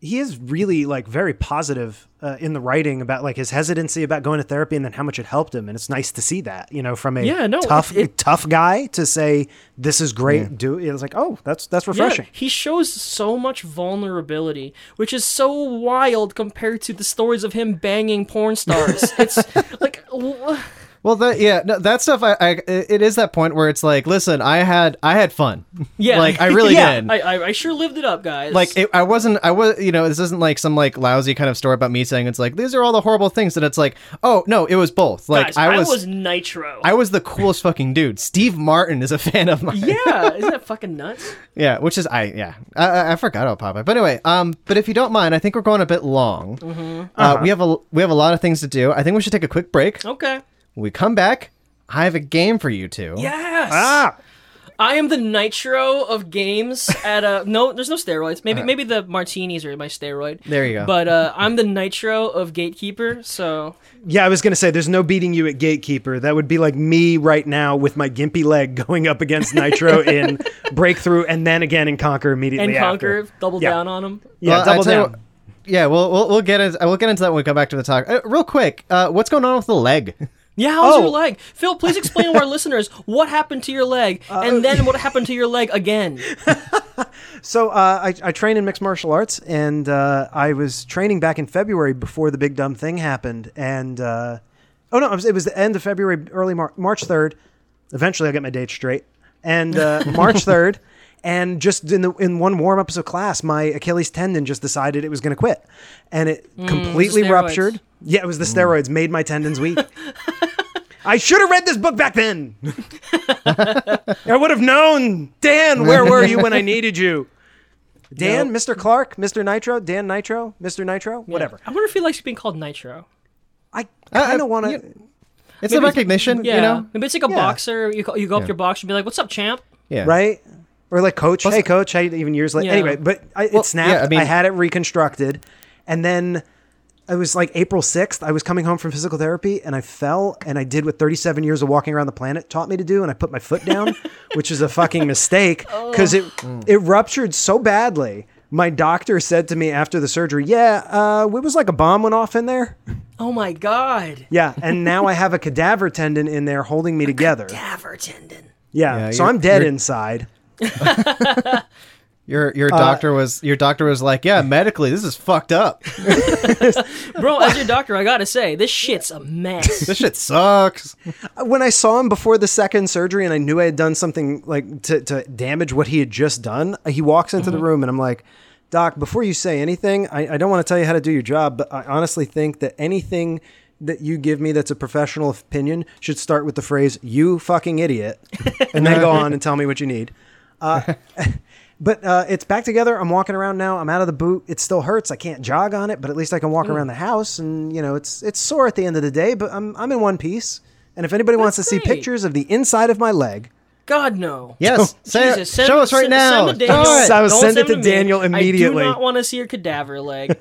He is really like very positive uh, in the writing about like his hesitancy about going to therapy and then how much it helped him, and it's nice to see that you know from a Yeah, no, tough it- it- tough guy to say this is great. Do it was like oh that's that's refreshing. Yeah, he shows so much vulnerability, which is so wild compared to the stories of him banging porn stars. it's like. wh- well that yeah no, that stuff I, I it is that point where it's like listen I had I had fun Yeah. like I really Yeah. did I, I, I sure lived it up, guys. like it, I wasn't I was you know this isn't like some like lousy kind of story about me saying it's like these are all the horrible things and it's like oh no it was both like Guys, I was, Nitro. I was the coolest fucking dude Steve Martin is a fan of mine yeah, yeah, isn't that fucking nuts? which is I yeah I- I, I forgot about Popeye but anyway um but if you don't mind I think we're going a bit long uh, we have a we have a lot of things to do I think we should take a quick break Okay. When we come back I have a game for you two Yes. Ah, I am the Nitro of games. At a no, there's no steroids. Maybe maybe the martinis are my steroid. There you go. But uh, I'm the Nitro of Gatekeeper. So Yeah, I was gonna say there's no beating you at gatekeeper. That would be like me right now with my gimpy leg going up against Nitro in breakthrough, and then again in conquer immediately and after. Conquer double Yeah. down on him. Yeah, Well, I double tell you down. what- yeah, we'll, we'll we'll get into we'll get into that when we come back to the talk. Uh, real quick, uh, what's going on with the leg? Yeah, how's Oh. your leg, Phil? Please explain to our listeners what happened to your leg, and then what happened to your leg again. So uh, I, I train in mixed martial arts, and uh, I was training back in February before the big dumb thing happened. And uh, oh no, it was, it was the end of February, early Mar- March third. Eventually, I will get my date straight. And uh, March third, and just in the in one warm up of class, my Achilles tendon just decided it was going to quit, and it completely steroids. ruptured. Yeah, it was the steroids made my tendons weak. I should have read this book back then. I would have known. Dan, where were you when I needed you? Dan, Mr. Clark, Mr. Nitro, Dan Nitro, Mr. Nitro, whatever. I wonder if he likes being called Nitro. I I- kind of want you- to. It's the recognition, Yeah, you know. maybe it's like a Yeah. boxer. You go, you go up to your boxer and be like, "What's up, champ?" Yeah. right? Or like coach, hey coach, how you, even years later. Yeah. Anyway, but I, it snapped. yeah, I I, mean- had it reconstructed, and then it was like April sixth. I was coming home from physical therapy, and I fell, and I did what thirty seven years of walking around the planet taught me to do, and I put my foot down, which is a fucking mistake Oh. because it Mm. it ruptured so badly. My doctor said to me after the surgery, "Yeah, uh, it was like a bomb went off in there." Oh my god, Yeah, and now I have a cadaver tendon in there holding me together. Aver tendon. Yeah, Yeah, so you're- I'm dead you're- inside. Your your doctor was your doctor was like, yeah, medically this is fucked up. Bro, as your doctor, I gotta say, this shit's a mess. This shit sucks. when I saw him before the second surgery and I knew I had done something like to, to damage what he had just done, he walks into the room and I'm like, Doc, before you say anything, I, I don't want to tell you how to do your job, but I honestly think that anything that you give me that's a professional opinion should start with the phrase, you fucking idiot, and then go on and tell me what you need. But uh, it's back together. I'm walking around now. I'm out of the boot. It still hurts. I can't jog on it, but at least I can walk Mm. around the house. And you know, it's it's sore at the end of the day, but I'm I'm in one piece. And if anybody wants to That's see great. pictures of the inside of my leg, God no. Yes, say it. Jesus, send- show us right send- now. Send to Daniel. Do it. Yes, I was Don't sending send it to me. Daniel immediately. I do not want to see your cadaver leg.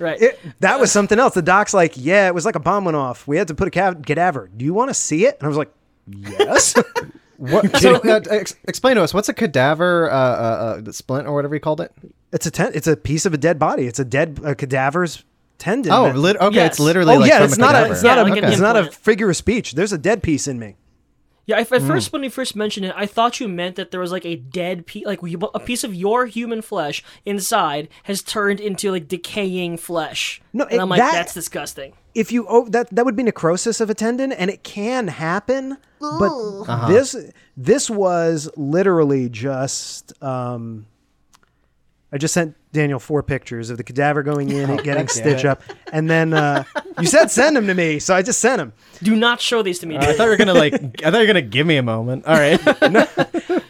Right. it, that uh, was something else. The doc's like, "Yeah, it was like a bomb went off. We had to put a cav- cadaver. Do you want to see it?" And I was like, "Yes." What, so, uh, ex- explain to us what's a cadaver uh, uh, uh, splint or whatever you called it? It's a ten- It's a piece of a dead body. It's a dead a cadaver's tendon. Oh, that- lit- okay. Yes. It's literally oh like yeah, from it's a not a cadaver. it's not Yeah, a like an it's not a implant. figure of speech. There's a dead piece in me. Yeah, if, Mm. at first when you first mentioned it, I thought you meant that there was like a dead piece, like you- a piece of your human flesh inside has turned into like decaying flesh. No, and it- I'm like, that- that's disgusting. if you oh that that would be necrosis of a tendon and it can happen but this this was literally just um i just sent daniel four pictures of the cadaver going in it getting stitch up and then uh you said send them to me so i just sent them Do not show these to me. I dude. thought you were gonna like. I thought you were gonna give me a moment. All right.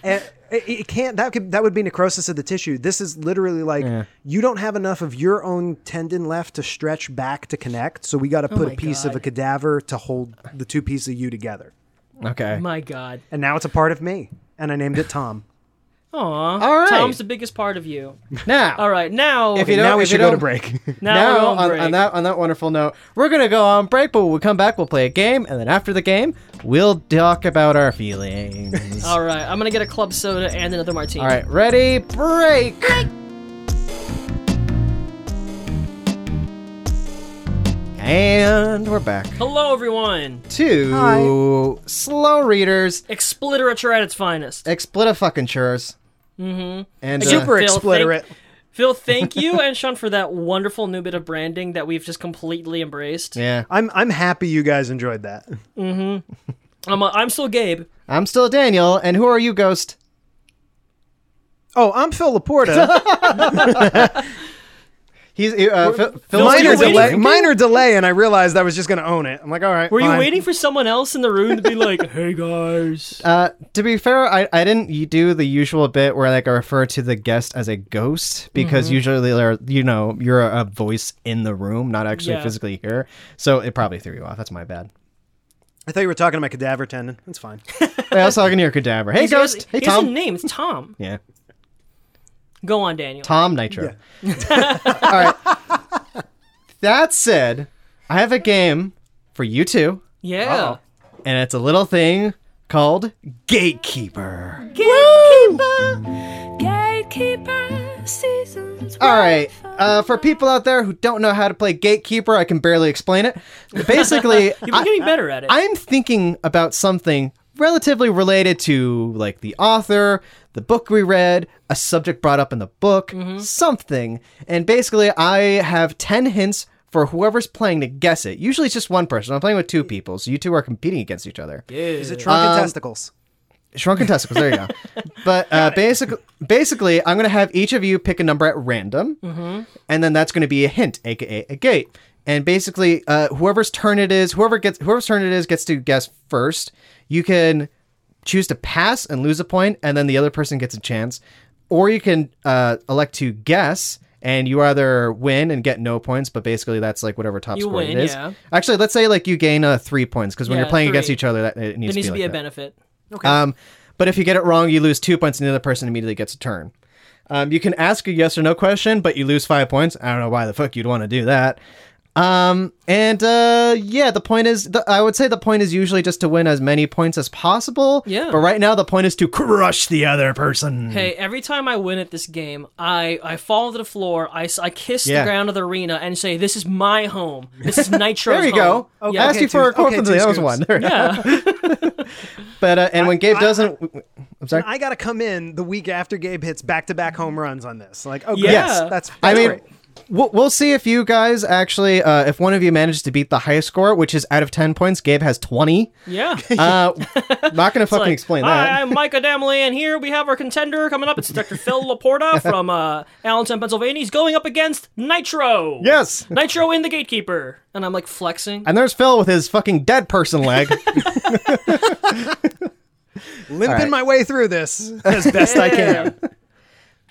and it, it can't that could that would be necrosis of the tissue this is literally like you don't have enough of your own tendon left to stretch back to connect so we got to put a Oh my piece of God. a cadaver to hold the two pieces of you together okay. My God. and now it's a part of me and i named it tom Aww. All right. Tom's the biggest part of you. Now. All right, now If you don't- now we if should you go to don't- break. now, now we're on on, break. on that on that wonderful note, we're gonna go on break, but when we come back, we'll play a game, and then after the game, we'll talk about our feelings. All right, I'm gonna get a club soda and another martini. All right, ready, break. And we're back Hello, everyone. to slow readers, Expliterature at its finest. explit fucking chores. Mm-hmm. And uh, Super Phil, thank- expliterate. Phil, thank you and Sean for that wonderful new bit of branding that we've just completely embraced. yeah, I'm I'm happy you guys enjoyed that. I'm, uh, I'm still Gabe. I'm still Daniel, and who are you, Ghost? Oh, I'm Phil Laporta. He's uh, Phil, Phil's Phil's minor You're waiting delay, for- minor delay, and I realized I was just gonna own it. I'm like, all right. Were you fine. waiting for someone else in the room to be like, "Hey guys"? Uh, to be fair, I, I didn't y- do the usual bit where like I refer to the guest as a ghost because Mm-hmm. usually they're you know you're a voice in the room, not actually Yeah. physically here. So it probably threw you off. That's my bad. I thought you were talking to my cadaver tendon. That's fine. Wait, I was talking to your cadaver. Hey, He's- ghost. He hey, has, he has a Tom. name. It's Tom. Yeah, Go on, Daniel. Tom Nitro. All right. That said, I have a game for you two, Yeah. and it's a little thing called Gatekeeper. Gatekeeper seasons. All right. Uh, for people out there who don't know how to play Gatekeeper, I can barely explain it. Basically, You've been I, getting better at it. I'm thinking about something relatively related to like the author, the book we read, a subject brought up in the book, Mm-hmm. something. And basically, I have 10 hints for whoever's playing to guess it. Usually, it's just one person. I'm playing with two people, so you two are competing against each other. Is it trunk and testicles? Shrunken testicles. There you go. But uh, basically, basically, I'm going to have each of you pick a number at random, Mm-hmm. and then that's going to be a hint, aka a gate. And basically, uh, whoever's turn it is, whoever gets whoever's turn it is gets to guess first. You can choose to pass and lose a point, and then the other person gets a chance, or you can uh, elect to guess. And you either win and get no points, but basically that's like whatever top You score win, it is. yeah. Actually, let's say like you gain uh, three points because when Yeah, you're playing against three. each other, that it needs There needs to to be, be like a that. benefit. Um, but if you get it wrong, you lose two points, and the other person immediately gets a turn. Um, you can ask a yes or no question, but you lose five points. I don't know why the fuck you'd want to do that. Um, and uh, yeah, the point is, the, I would say the point is usually just to win as many points as possible. Yeah. But right now, the point is to crush the other person. Hey, every time I win at this game, I, I fall to the floor, I, s- I kiss Yeah. the ground of the arena, and say, "This is my home. This is Nitro's there you home." go. I asked okay, you for a two- okay, question. two that was scoops. one. There we go. Yeah. But uh, and when Gabe I- doesn't, I'm sorry. I gotta come in the week after Gabe hits back to back home runs on this. Like, oh, Yeah. yes, that's. that's I mean, great. we'll, we'll see if you guys actually, uh, if one of you manages to beat the high score, which is out of 10 points, Gabe has 20. Yeah. Uh, not going to fucking Like, explain Hi, that. I'm Micah Damley, and here we have our contender coming up. It's Dr. Phil Laporta from uh, Allentown, Pennsylvania. He's going up against Nitro. Yes. Nitro in the gatekeeper. And I'm like flexing. And there's Phil with his fucking dead person leg. limping right. my way through this as best I can.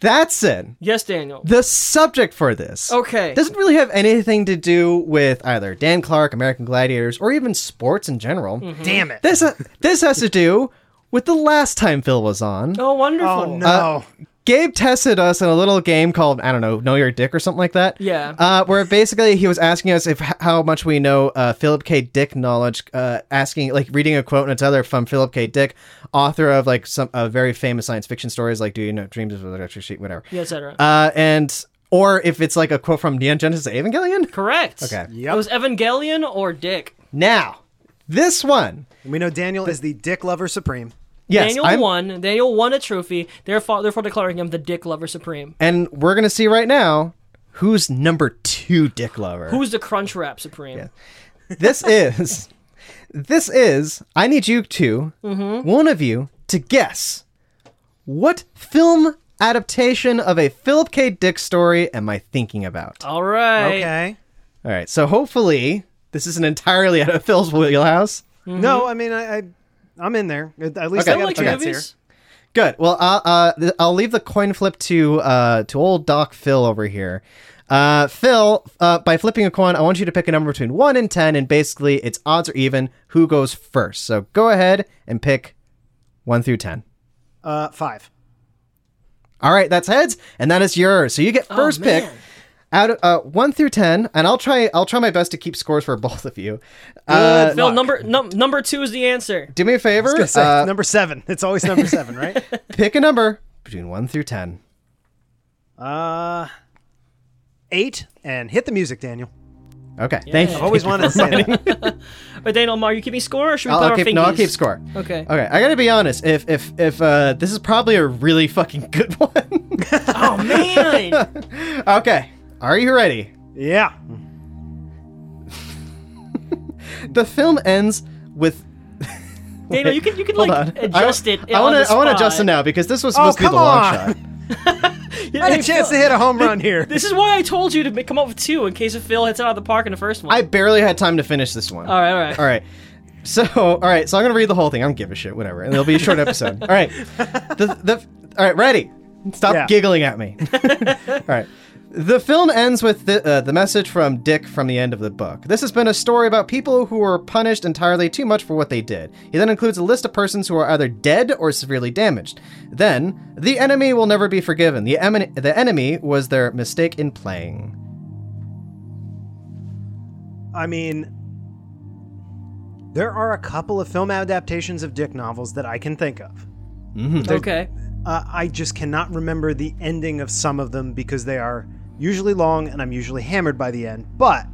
That's it. Yes, Daniel. The subject for this. Okay. Doesn't really have anything to do with either Dan Clark, American Gladiators, or even sports in general. Hmm. uh, Damn it! This, this has to do with the last time Phil was on. oh, wonderful. oh no! Gabe tested us in a little game called I don't know, Know Your Dick or something like that. Yeah. Uh, where basically he was asking us if how much we know uh, Philip K. Dick knowledge, uh, asking like reading a quote and another from Philip K. Dick, author of like some uh, very famous science fiction stories like Do You Know Dreams of Electric Sheep, whatever. Yeah, et cetera. Uh, and or if it's like a quote from Neon Genesis Evangelion. Correct. Okay. Yep. It was Evangelion or Dick. Now, this one. We know Daniel is the dick lover supreme. Yes, Daniel I'm- won. Daniel won a trophy, therefore, therefore declaring him the Dick Lover Supreme. and we're gonna see right now who's number two dick lover. Who's the Crunch Rap Supreme? this is this is i need you 2 one of you to guess what film adaptation of a philip k dick story am i thinking about All right. Okay. all right so hopefully this isn't entirely out of phil's wheelhouse No, I mean I, I I'm in there. At at least Okay. I I got like a Okay. chance here. movies. good well uh, uh, th- i'll leave the coin flip to uh, to old doc phil over here uh, Phil, uh, by flipping a coin, I want you to pick a number between 1 and 10, and basically it's odds are even who goes first. So go ahead and pick 1 through 10. Uh, five. All right, that's heads, and that is yours. So you get first pick Oh, man. out of uh, one through ten, and I'll try. I'll try my best to keep scores for both of you. Uh, Phil, number num- number two is the answer. do me a favor. Good save. Uh, number seven. It's always number seven, right? pick a number between one through ten. Uh, eight and hit the music, Daniel. Okay, thank you. I've always wanted to say that. But Daniel, are you keeping score or should we I'll, put I'll our keep. fingers? No, I'll keep score. Okay. Okay, I gotta be honest. If if if uh, this is probably a really fucking good one. Oh man. okay, are you ready? Yeah. The film ends with. Daniel, you can you can Hold like on. I- adjust it. I want wanna- to I want to adjust it now because this was Oh, supposed to be come the long on. shot. I had a chance to hit a home run here. This is why I told you to ma- come up with two in case if Phil hits it out of the park in the first one. I barely had time to finish this one. All right, all right. All right. So, all right. So I'm gonna read the whole thing. I don't give a shit. Whatever. And it'll be a short episode. All right. The, the all right. Ready. Stop Yeah. giggling at me. all right. The film ends with the, uh, the message from Dick from the end of the book. This has been a story about people who were punished entirely too much for what they did. He then includes a list of persons who are either dead or severely damaged. Then, the enemy will never be forgiven. The, emin- the enemy was their mistake in playing. I mean, there are a couple of film adaptations of Dick novels that I can think of. okay. Uh, I just cannot remember the ending of some of them because they are usually long and I'm usually hammered by the end. But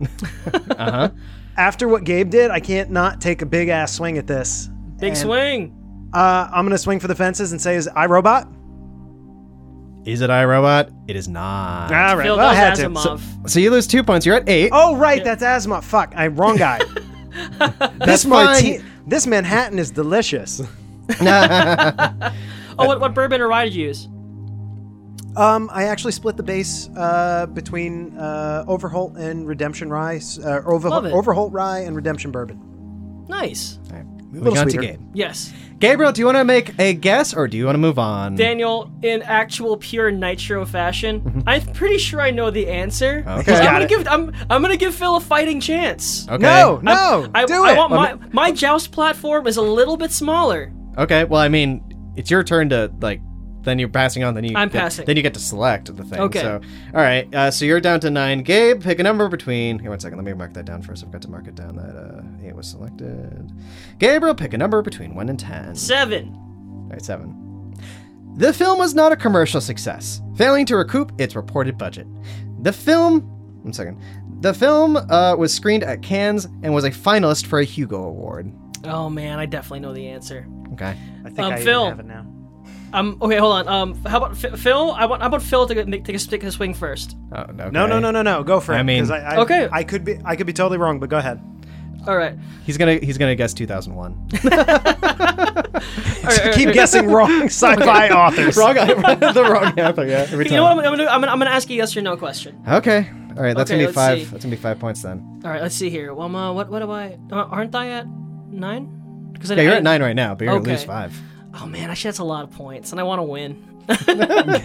Uh-huh. after what Gabe did, I can't not take a big ass swing at this. Big And, swing. Uh, I'm gonna swing for the fences and say, "Is I Robot?" Is it iRobot? It is not. All right, Phil well, I had does to. Asimov. So- Ah. So you lose two points. You're at eight. oh right, that's Asimov. Fuck, I wrong guy. That's this marti- this Manhattan is delicious. oh, what, what bourbon or rye did you use? Um, I actually split the base uh, between uh, Overholt and Redemption Rye, s- uh, Love Overholt, it. Overholt Rye and Redemption Bourbon. Nice. All right, moving on to sweeter. Gabe. Yes. Gabriel, do you want to make a guess or do you want to move on? Daniel, in actual pure nitro fashion, I'm pretty sure I know the answer. Mm-hmm. Okay. I'm Got gonna it. give I'm I'm gonna give Phil a fighting chance. okay. No, I- no, I, do I it. want my my joust platform is a little bit smaller. Okay. Well, I mean, it's your turn to like. Then you're passing on. Then you. I'm get- passing. Then you get to select the thing. Okay. So, all right. Uh, so you're down to nine. Gabe, pick a number between. Here, one second. Let me mark that down first. I've got to mark it down that uh, it was selected. Gabriel, pick a number between one and ten. Seven. All right, seven. The film was not a commercial success, failing to recoup its reported budget. The film, one second, the film uh, was screened at Cannes and was a finalist for a Hugo Award. Oh man, I definitely know the answer. Okay. I think Um, I even Phil. have it now. Um. Okay, hold on. Um. How about Ph- Phil? I want. How about Phil to get- make, take a stick a swing first? Oh, okay. No, no, no, no, no. Go for I it. mean- 'cause I, I, Okay. I could be, I could be totally wrong, but go ahead. All right. He's gonna he's gonna guess 2001. All right, all right, all Keep right. guessing wrong sci-fi authors. wrong, the wrong answer. Yeah. Every time. You know what? I'm gonna, do? I'm gonna I'm gonna ask you a yes or no question. Okay. All right. That's Okay, gonna be let's five. see. That's gonna be five points then. All right. Let's see here. Well, uh, what what do I? Uh, aren't I at nine? Because Yeah, you're at nine right now, but you're Okay. gonna lose five. Oh man, actually that's a lot of points, and I want to win.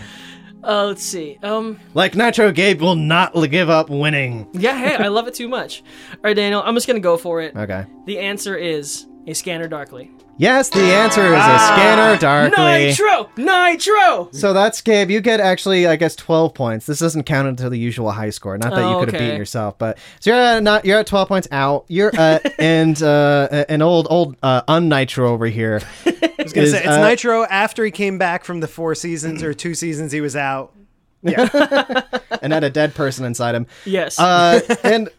uh, let's see. Um, Like Nitro Gabe will not l- give up winning. yeah, hey, I love it too much. All right, Daniel, I'm just gonna go for it. Okay. The answer is A Scanner Darkly. Yes, the answer is Ah. a scanner darkly. Nitro! Nitro! So that's Gabe. You get actually, I guess, twelve points. This doesn't count until the usual high score. Not that Oh, you could have okay. beaten yourself, but so you're at not you're at twelve points out. You're uh, and uh, an old old uh, unnitro over here. I was gonna is, say it's uh, Nitro after he came back from the four seasons or two seasons he was out. uh, and had a dead person inside him. Yes. Uh, and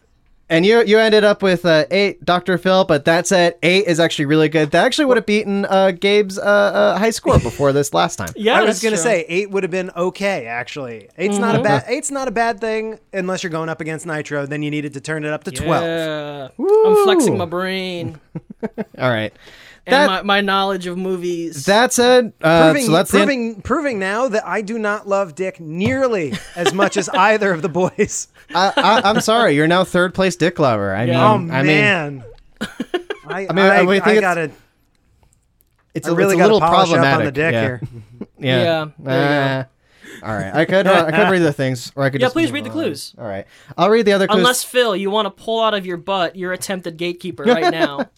and you you ended up with uh, eight, Doctor Phil. But that's it. Eight is actually really good. That actually would have beaten uh, Gabe's uh, uh, high score before this last time. yeah, I was that's gonna true. say eight would have been okay actually. 8's not a bad eight's not a bad thing unless you're going up against Nitro. Then you needed to turn it up to twelve. Yeah. Uh, Woo. I'm flexing my brain All right. and That my, my knowledge of movies. that's it. Uh, Proving, so that's the end- proving, proving now that I do not love Dick nearly as much as either of the boys. I, I, I'm sorry, you're now third place dick lover. I mean, Yeah. Oh Um, I mean, man, I, I mean, I, I would think it's- gotta, it's I a, it's really a gotta little polish up problematic. on the dick yeah. here. Yeah. Yeah, there Uh, all right. I could I could read the things, or I could Yeah, just please move read the on. clues. All right, I'll read the other clues. Unless Phil, you want to pull out of your butt your attempted gatekeeper right now.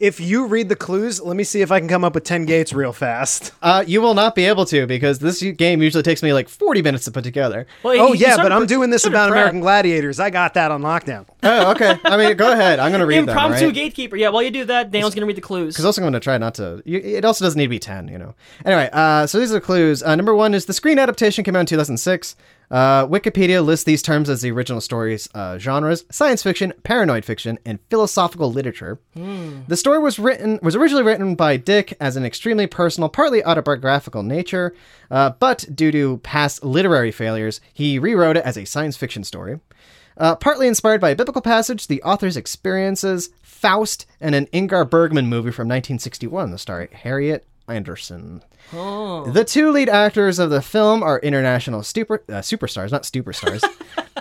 If you read the clues, let me see if I can come up with ten gates real fast. uh, you will not be able to because this game usually takes me like 40 minutes to put together. Well, Oh he- he yeah, started but I'm pre- doing this started about prep. American Gladiators. I got that on lockdown. oh, okay. I mean, go ahead. I'm gonna read them. Impromptu all right? gatekeeper. Yeah, while you do that, Daniel's gonna read the clues. It's also going to try not to. You, it also doesn't need to be 10, you know. Anyway, uh, so these are the clues. Uh, number one is the screen adaptation came out in 2006. Uh, Wikipedia lists these terms as the original story's uh, genres science fiction, paranoid fiction, and philosophical literature. The story was written was originally written by Dick as an extremely personal, partly autobiographical nature, uh, but due to past literary failures, he rewrote it as a science fiction story. Uh, partly inspired by a biblical passage, the author's experiences, Faust, and an Ingmar Bergman movie from 1961, the star Harriet Anderson. The two lead actors of the film are international super, uh, superstars, not superstars.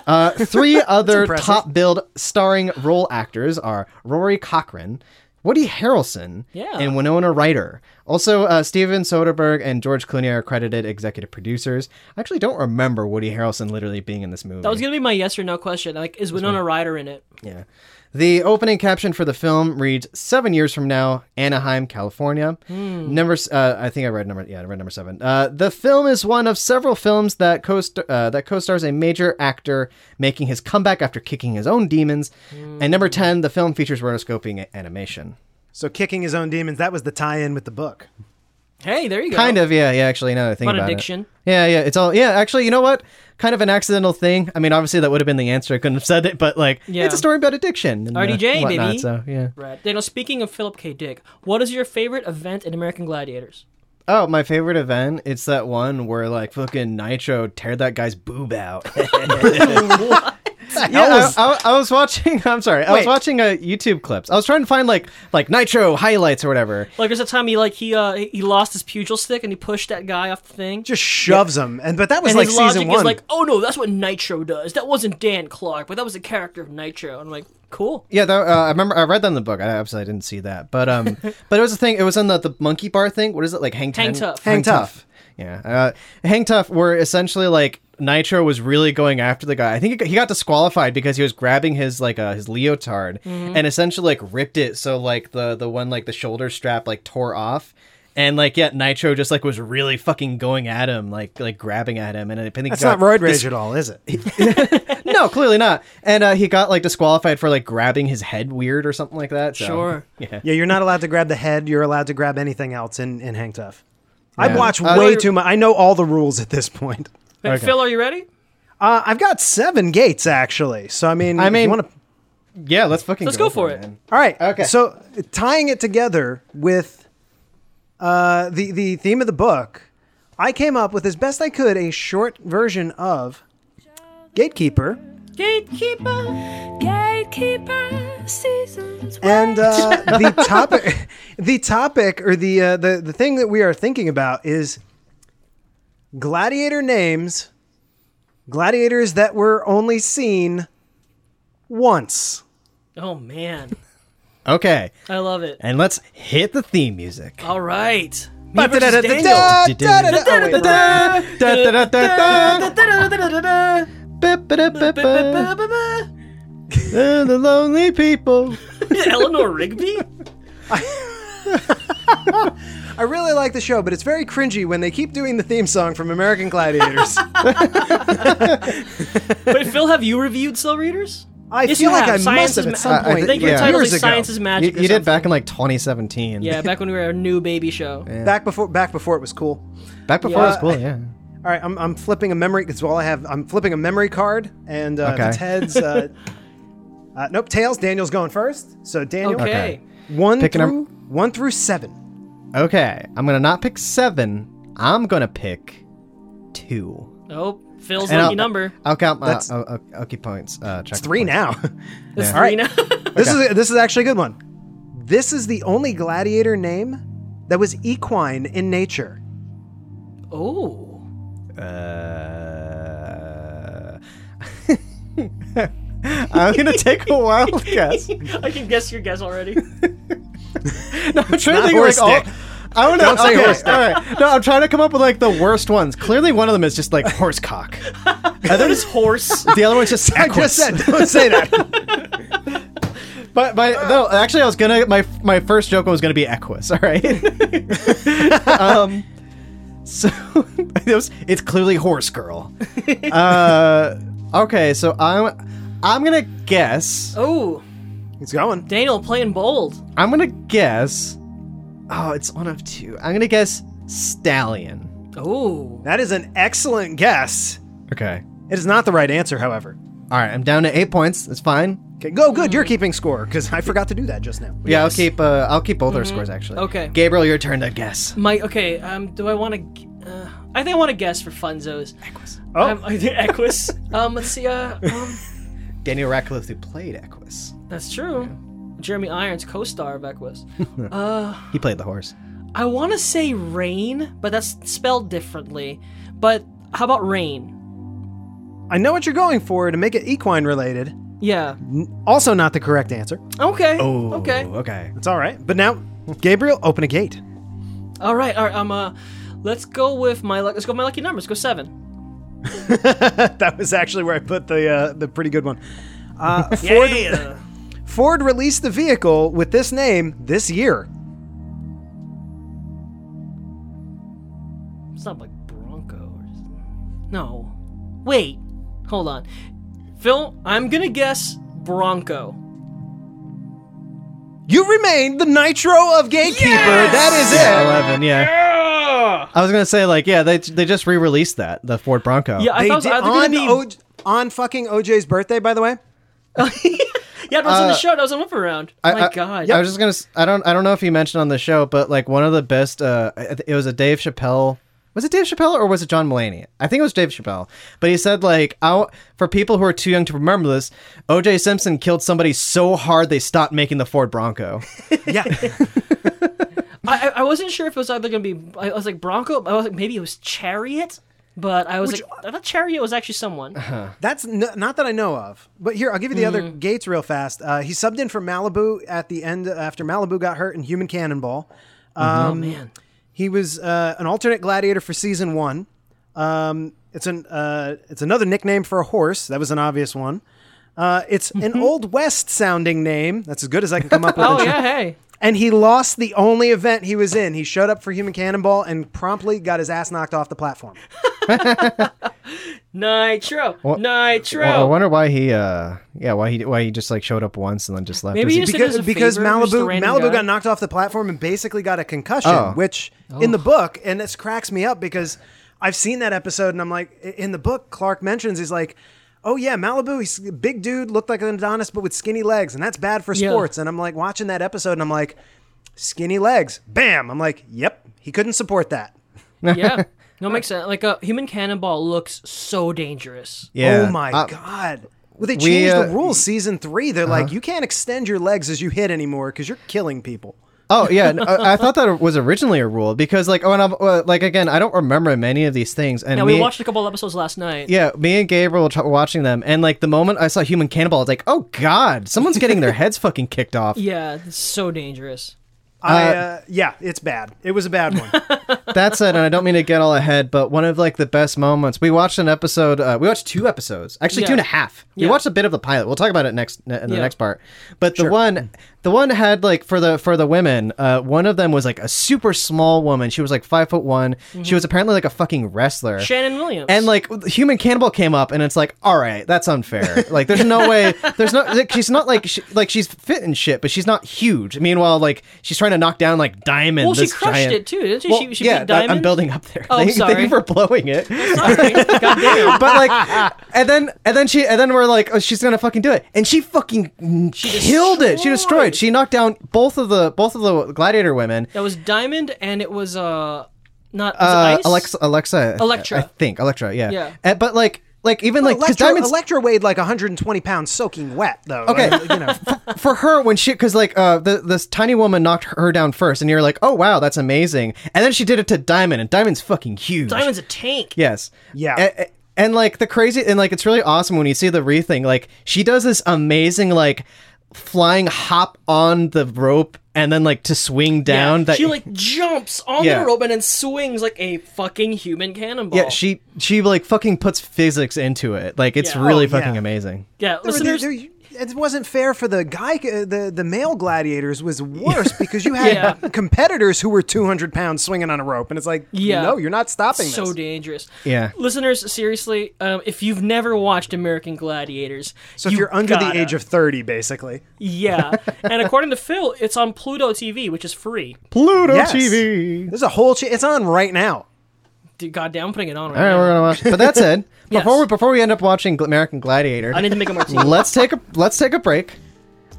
uh, three other top billed starring role actors are Rory Cochrane, Woody Harrelson, Yeah. and Winona Ryder. Also, uh, Steven Soderbergh and George Clooney are credited executive producers. I actually don't remember Woody Harrelson literally being in this movie. that was gonna be my yes or no question. Like, is Winona Ryder in it? Yeah. The opening caption for the film reads seven years from now, Anaheim, California. Hmm. Number, s- uh, I think I read number, yeah, I read number seven. Uh, the film is one of several films that co uh, that co-stars a major actor making his comeback after kicking his own demons. Hmm. And number ten, the film features rotoscoping a- animation. So kicking his own demons, that was the tie-in with the book. Hey, there you go. Kind of, yeah, yeah. Actually, now that I think About about Oh. addiction. it, yeah, yeah. It's all, yeah. Actually, you know what? Kind of an accidental thing. I mean, obviously that would have been the answer. I couldn't have said it, but like, Yeah. it's a story about addiction. And, RDJ, uh, whatnot, baby. So yeah. Right. Daniel, speaking of Philip K. Dick, what is your favorite event in American Gladiators? Oh, my favorite event. It's that one where like fucking Nitro tear that guy's boob out. yeah, I- was- I, I was watching. I'm sorry. I was Wait. watching uh, YouTube clips. I was trying to find like like Nitro highlights or whatever. Like, there's a time he like he uh he lost his pugil stick and he pushed that guy off the thing. Just shoves him, and but that was and like his season logic one. is like, oh no, that's what Nitro does. That wasn't Dan Clark, but that was the character of Nitro. And I'm like, cool. Yeah, that, uh, I remember. I read that in the book. I obviously didn't see that, but um, but it was a thing. It was in the the monkey bar thing. What is it like? Hang Ten? Hang Tough. Hang tough. Yeah, uh, Hang Tough were essentially like Nitro was really going after the guy. I think he got, he got disqualified because he was grabbing his like uh, his leotard Mm-hmm. and essentially like ripped it so like the the one like the shoulder strap like tore off. And like yet Nitro just like was really fucking going at him, like like grabbing at him, and I think he That's got not roid dis- rage at all, is it? no, clearly not. And uh, he got like disqualified for like grabbing his head weird or something like that. so- Sure. Yeah. Yeah, you're not allowed to grab the head. You're allowed to grab anything else in, in Hang Tough. I've Yeah. watched Uh, way too much. I know all the rules at this point. Hey, Okay. Phil, are you ready? Uh, I've got seven gates actually. So I mean, I if you mean- wanna- Yeah. Let's fucking Let's go for it. man. all right. Okay. So tying it together with uh, the the theme of the book, I came up with as best I could a short version of Gatekeeper, Gatekeeper. Gatekeeper seasons. and uh, the topic, the topic or the uh, the the thing that we are thinking about is gladiator names, gladiators that were only seen once. Oh man, Okay. I love it. And let's hit the theme music. All right. Me versus Daniel. Da- da- da- da- da- oh, wait, wrong. The lonely people. Eleanor Rigby? I really like the show, but it's very cringy when they keep doing the theme song from American Gladiators. But Phil, have you reviewed Cell Readers? I Yes, feel you like have. I Science must have is at ma- some I- I point. think I think your yeah. title years is ago. Science is You, Magic. or you did something. back in like 2017. Yeah, back when we were a new baby show. Back before, back before it was cool. Back before Yeah. it was cool. Yeah. All right, I'm, I'm flipping a memory. That's all I have. I'm flipping a memory card, and uh, if Okay. it's heads. Uh, uh, nope, tails. Daniel's going first. So Daniel, Okay. Okay. one Picking a- through one through seven. Okay. I'm gonna not pick seven. I'm gonna pick two. Oh, Phil's And lucky I'll- number. I'll count my That's- I'll, I'll, I'll keep points. Uh, check It's three now. It's Yeah. All right. three now. this is this is actually a good one. This is the only gladiator name that was equine in nature. oh. Uh, I'm gonna take a wild guess. I can guess your guess already. No, I'm trying Not to think of, horse like all. dick. I don't know. Don't say okay, horse dick. all right. No, I'm trying to come up with like the worst ones. Clearly, one of them is just like horse cock. That is horse. The other one's just I just said don't say that. But my Ah. no, actually, I was gonna my my first joke was gonna be Equus. All right. um, so it was, it's clearly horse girl. Uh, okay, so I'm I'm gonna guess. Oh, He's going. Daniel playing bold. I'm gonna guess. Oh, it's one of two. I'm gonna guess stallion. Oh. That is an excellent guess. Okay. It is not the right answer, however. All right, I'm down to eight points. That's fine. Okay, go. Good, you're keeping score because I forgot to do that just now. Yeah, I'll keep uh, I'll keep both our scores actually. Mm-hmm. Okay. Gabriel, your turn to guess. My okay. Um, do I want to? Uh, I think I want to guess for funzos. Equus. Oh. Um, Equus. um, let's see. Uh, um, Daniel Radcliffe who played Equus. that's true. Jeremy Irons, co-star of Equus. uh, He played the horse. I want to say rain, but that's spelled differently. But how about rain? I know what you're going for to make it equine related. Yeah. N- Also, not the correct answer. Okay. Oh. Okay. Okay. It's all right. But now, Gabriel, open a gate. All right. All right. Um. Uh, let's go with my. luck- Let's go with my lucky numbers. Go seven. that was actually where I put the uh, the pretty good one. Uh, Ford, Yeah. Ford released the vehicle with this name this year. It's not like Bronco or something. No. Wait. Hold on. Phil, I'm gonna guess Bronco. You remain the Nitro of Gatekeeper. That is it. Eleven, yeah. I was gonna say like, yeah, they they just re-released that the Ford Bronco. Yeah, I They thought it was did- either on, gonna be O- on fucking OJ's birthday, by the way. Yeah, that was on the show, that was on Whip Around. Uh, I, oh My I- god. I was just gonna. s- I don't. I don't know if you mentioned on the show, but like one of the best. Uh, I th- it was a Dave Chappelle. Was it Dave Chappelle or was it John Mulaney? I think it was Dave Chappelle. But he said like, I w- for people who are too young to remember this, O.J. Simpson killed somebody so hard they stopped making the Ford Bronco. Yeah. I, I I wasn't sure if it was either gonna be I was like Bronco, I was like maybe it was Chariot, but I was like I thought Chariot was actually someone. Uh-huh. That's n- not that I know of. But here, I'll give you the other Mm-hmm. gates real fast. Uh, he subbed in for Malibu at the end after Malibu got hurt in Human Cannonball. oh man. Um, He was uh, an alternate gladiator for season one. Um, it's an uh, it's another nickname for a horse. That was an obvious one. Uh, it's an old west sounding name. That's as good as I can come up with. Mm-hmm. Oh yeah, hey. And he lost the only event he was in. He showed up for Human Cannonball and promptly got his ass knocked off the platform. Nitro. Nitro. Well, I wonder why he. Uh, yeah, why he why he just like showed up once and then just left. Maybe Is he he- just- Did it because as a because favor, just a Malibu random Malibu guy? got knocked off the platform and basically got a concussion, Oh. which in the book and this cracks me up because I've seen that episode and I'm like i- in the book Clark mentions he's like, oh yeah Malibu he's a big dude looked like an Adonis but with skinny legs and that's bad for Yeah. sports and I'm like watching that episode and I'm like skinny legs bam I'm like yep he couldn't support that yeah. No, it makes sense. Like a human cannonball looks so dangerous. yeah. oh my Uh, god. Well, they we, changed uh, Uh-huh. the rules season three. They're like, you can't extend your legs as you hit anymore because you're killing people. Oh yeah, no, I, I thought that was originally a rule because like oh and I'm, uh, like again I don't remember many of these things and Now we me- watched a couple episodes last night. Yeah, me and Gabriel were tr- watching them, and like the moment I saw human cannibal, I was like, "Oh God, someone's getting their heads fucking kicked off." Yeah, it's so dangerous. I, uh, yeah, it's bad. It was a bad one. That's it. And I don't mean to get all ahead, but one of like the best moments. We watched an episode. Uh, we watched two episodes, actually two Yeah. and a half. We Yeah. watched a bit of the pilot. We'll talk about it next in the Yeah. next part. But the one The one had like for the for the women. Uh, one of them was like a super small woman. She was like five foot one. She was apparently like a fucking wrestler. Mm-hmm. Shannon Williams. And like human cannibal came up, and it's like, all right, that's unfair. Like, there's no way. There's no. Like, she's not like she, like she's fit and shit, but she's not huge. Meanwhile, like she's trying to knock down like Diamond. well, she this crushed giant- it too, didn't she? Well, she she yeah, beat I- Diamond. I'm building up there. Oh, thank, thank sorry. you for blowing it. Sorry. God damn. but like, and then and then she and then we're like, oh, she's gonna fucking do it, and she fucking killed it. She destroyed. destroyed. She knocked down both of the both of the gladiator women. That was Diamond, and it was uh, not was it Uh, Ice? Alexa, Alexa, Electra. I think Electra. Yeah. Yeah. Uh, but like, like even like because Electra, Diamond's Electra weighed like 120 pounds soaking wet, though. Okay. Uh, you know. for her when she because like uh the, this tiny woman knocked her down first and you're like oh wow that's amazing and then she did it to diamond and diamond's fucking huge Diamond's a tank. yes Yeah. A- a- and, like the crazy and like it's really awesome when you see the re thing like she does this amazing like flying hop on the rope and then like to swing down that she like jumps on Yeah. the rope and then swings like a fucking human cannonball. yeah she she like fucking puts physics into it like it's Yeah. really Oh, fucking yeah. amazing yeah. There were- Listeners, there- it wasn't fair for the guy. uh, the The male gladiators was worse because you had Yeah. competitors who were two hundred pounds swinging on a rope, and it's like, Yeah. no, you're not stopping so this. dangerous. Yeah. Listeners, seriously, um, if you've never watched American Gladiators, so if you you're under gotta. the age of thirty, basically, yeah, and according to Phil, it's on Pluto TV, which is free. pluto Yes. tv there's a whole. Ch- it's on right now. Dude, goddamn, I'm putting it on right all right now. we're gonna watch but that's it Yes. before we before we end up watching Gl- american gladiator I need to make a martini. let's take a let's take a break.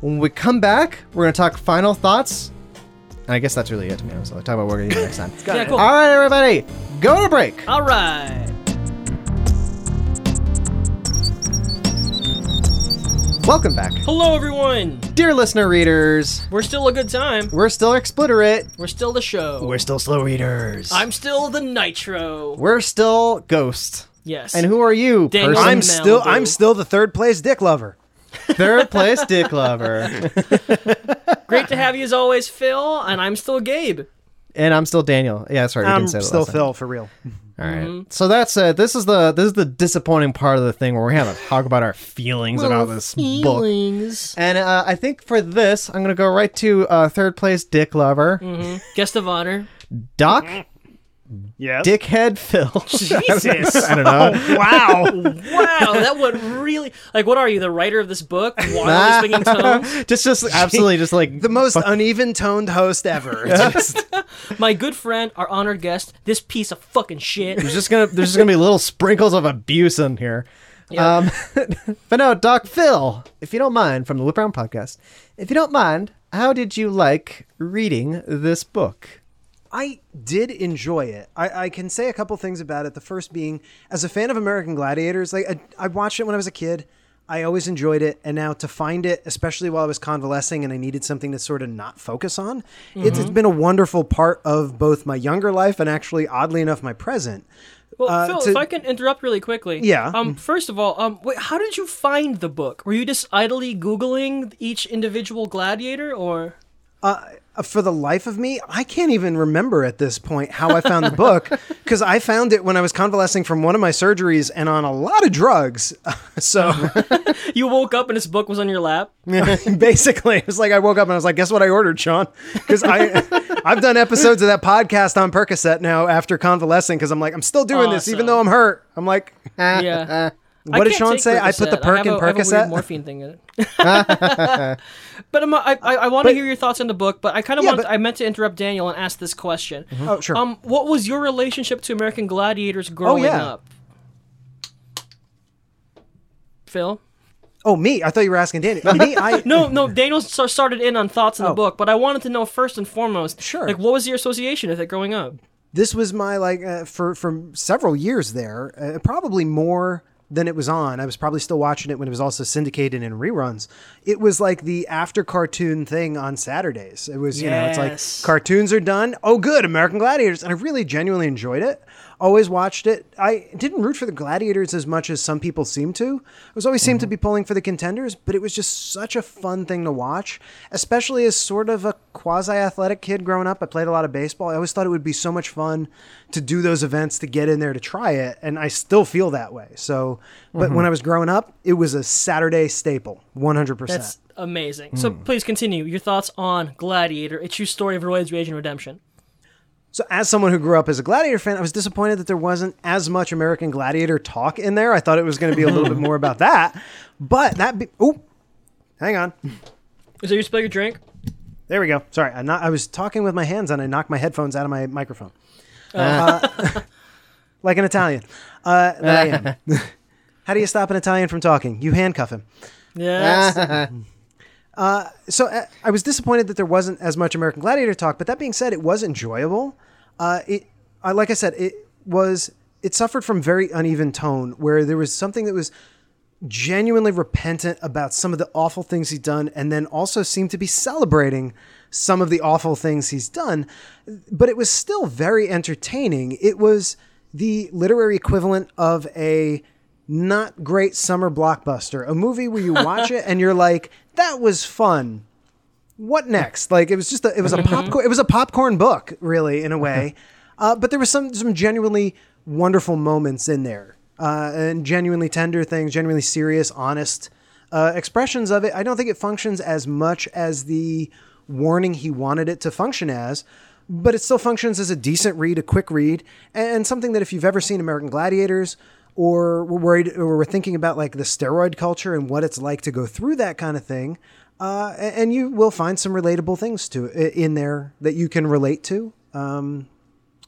When we come back, we're gonna talk final thoughts. And I guess that's really it to be honest. I'll talk about what we're gonna do next time. yeah, cool. All right, everybody, go to break. All right. Welcome back, Hello, everyone. dear listener readers. We're still a good time. We're still expliterate. We're still the show. still slow readers. I'm still the Nitro. We're still ghost. Yes. And who are you? Daniel. Person? I'm Malibu. still. I'm still the third place dick lover. third place dick lover, Great to have you as always, Phil. And I'm still Gabe. and I'm still Daniel. Yeah, sorry, we I'm didn't say that still last time. Phil for real. All right. Mm-hmm. So that's uh, this is the this is the disappointing part of the thing where we have to talk about our feelings about this book. Feelings. And uh, I think for this, I'm gonna go right to uh, third place Dick Lover, Mm-hmm. Guest of honor. Doc Yeah. Dickhead Phil. Jesus. I don't know. Oh, wow. wow, that would really like. What are you, the writer of this book? Wildly swinging tones. just, just absolutely, just like the most uneven toned host ever. It's just- My good friend, our honored guest, this piece of fucking shit. there's just gonna there's just gonna be little sprinkles of abuse in here. Um, but no, Doc Phil, if you don't mind, from the Whip Around podcast, if you don't mind, how did you like reading this book? I did enjoy it. I, I can say a couple things about it. The first being, as a fan of American Gladiators, like I, I watched it when I was a kid. I always enjoyed it, and now to find it, especially while I was convalescing and I needed something to sort of not focus on, it's, it's been a wonderful part of both my younger life and actually, oddly enough, my present. Well, Uh, Phil, to- if I can interrupt really quickly. Yeah. Um. First of all, um, wait, how did you find the book? Were you just idly googling each individual gladiator, or? Uh, for the life of me, I can't even remember at this point how I found the book because I found it when I was convalescing from one of my surgeries and on a lot of drugs. so. You woke up and this book was on your lap. basically it was like i woke up and i was like guess what i ordered sean because i i've done episodes of that podcast on percocet now after convalescing because i'm like i'm still doing this even Oh, Awesome. though i'm hurt i'm like Yeah. what did can't sean take say i put the Percocet. perk have in a- I have a weird percocet morphine thing in it. but I'm, I, I, I want to But- hear your thoughts on the book. But I kind of Yeah, want. but- I meant to interrupt Daniel and ask this question. oh sure Oh, Um, what was your relationship to American Gladiators growing yeah. up? Phil? oh me i thought you were asking danny me i No, no. Daniel s- started in on thoughts in the Oh. book, but I wanted to know first and foremost, Sure. like what was your association with it growing up? this was my like uh, for for several years there, uh, probably more than it was on. I was probably still watching it when it was also syndicated in reruns. It was like the after cartoon thing on Saturdays. It was you know it's Yes. like cartoons are done. Oh good, American Gladiators, and I really genuinely enjoyed it. Always watched it. I didn't root for the Gladiators as much as some people seem to. I was always seemed to be pulling for the contenders, but it was just such a fun thing to watch, especially as sort of a quasi athletic kid growing up. I played a lot of baseball. I always thought it would be so much fun to do those events, to get in there, to try it, and I still feel that way. So, but when I was growing up, it was a Saturday staple, 100%. That's amazing. Hmm. So please continue your thoughts on Gladiator, a true story of Roy's rage and redemption. So, as someone who grew up as a Gladiator fan, I was disappointed that there wasn't as much American Gladiator talk in there. I thought it was going to be a little bit more about that. But that, be- oh, hang on. Is that your spill your drink? There we go. Sorry, I, not, I was talking with my hands and I knocked my headphones out of my microphone. Uh, like an Italian. Uh, that I am. How do you stop an Italian from talking? You handcuff him. Ah. Yes. so uh, I was disappointed that there wasn't as much American Gladiator talk. But that being said, it was enjoyable. Uh, it, I, like I said, it was. It suffered from very uneven tone, where there was something that was genuinely repentant about some of the awful things he'd done, and then also seemed to be celebrating some of the awful things he's done. But it was still very entertaining. It was the literary equivalent of a not great summer blockbuster, a movie where you watch it and you're like, that was fun, what next? Like it was just a, it was a popcorn it was a popcorn book really in a way, uh, but there was some some genuinely wonderful moments in there uh, and genuinely tender things, genuinely serious, honest uh, expressions of it. I don't think it functions as much as the warning he wanted it to function as. But it still functions as a decent read, a quick read, and something that if you've ever seen American Gladiators or we're worried or we're thinking about like the steroid culture and what it's like to go through that kind of thing, uh, a- and you will find some relatable things to i- in there that you can relate to. Um,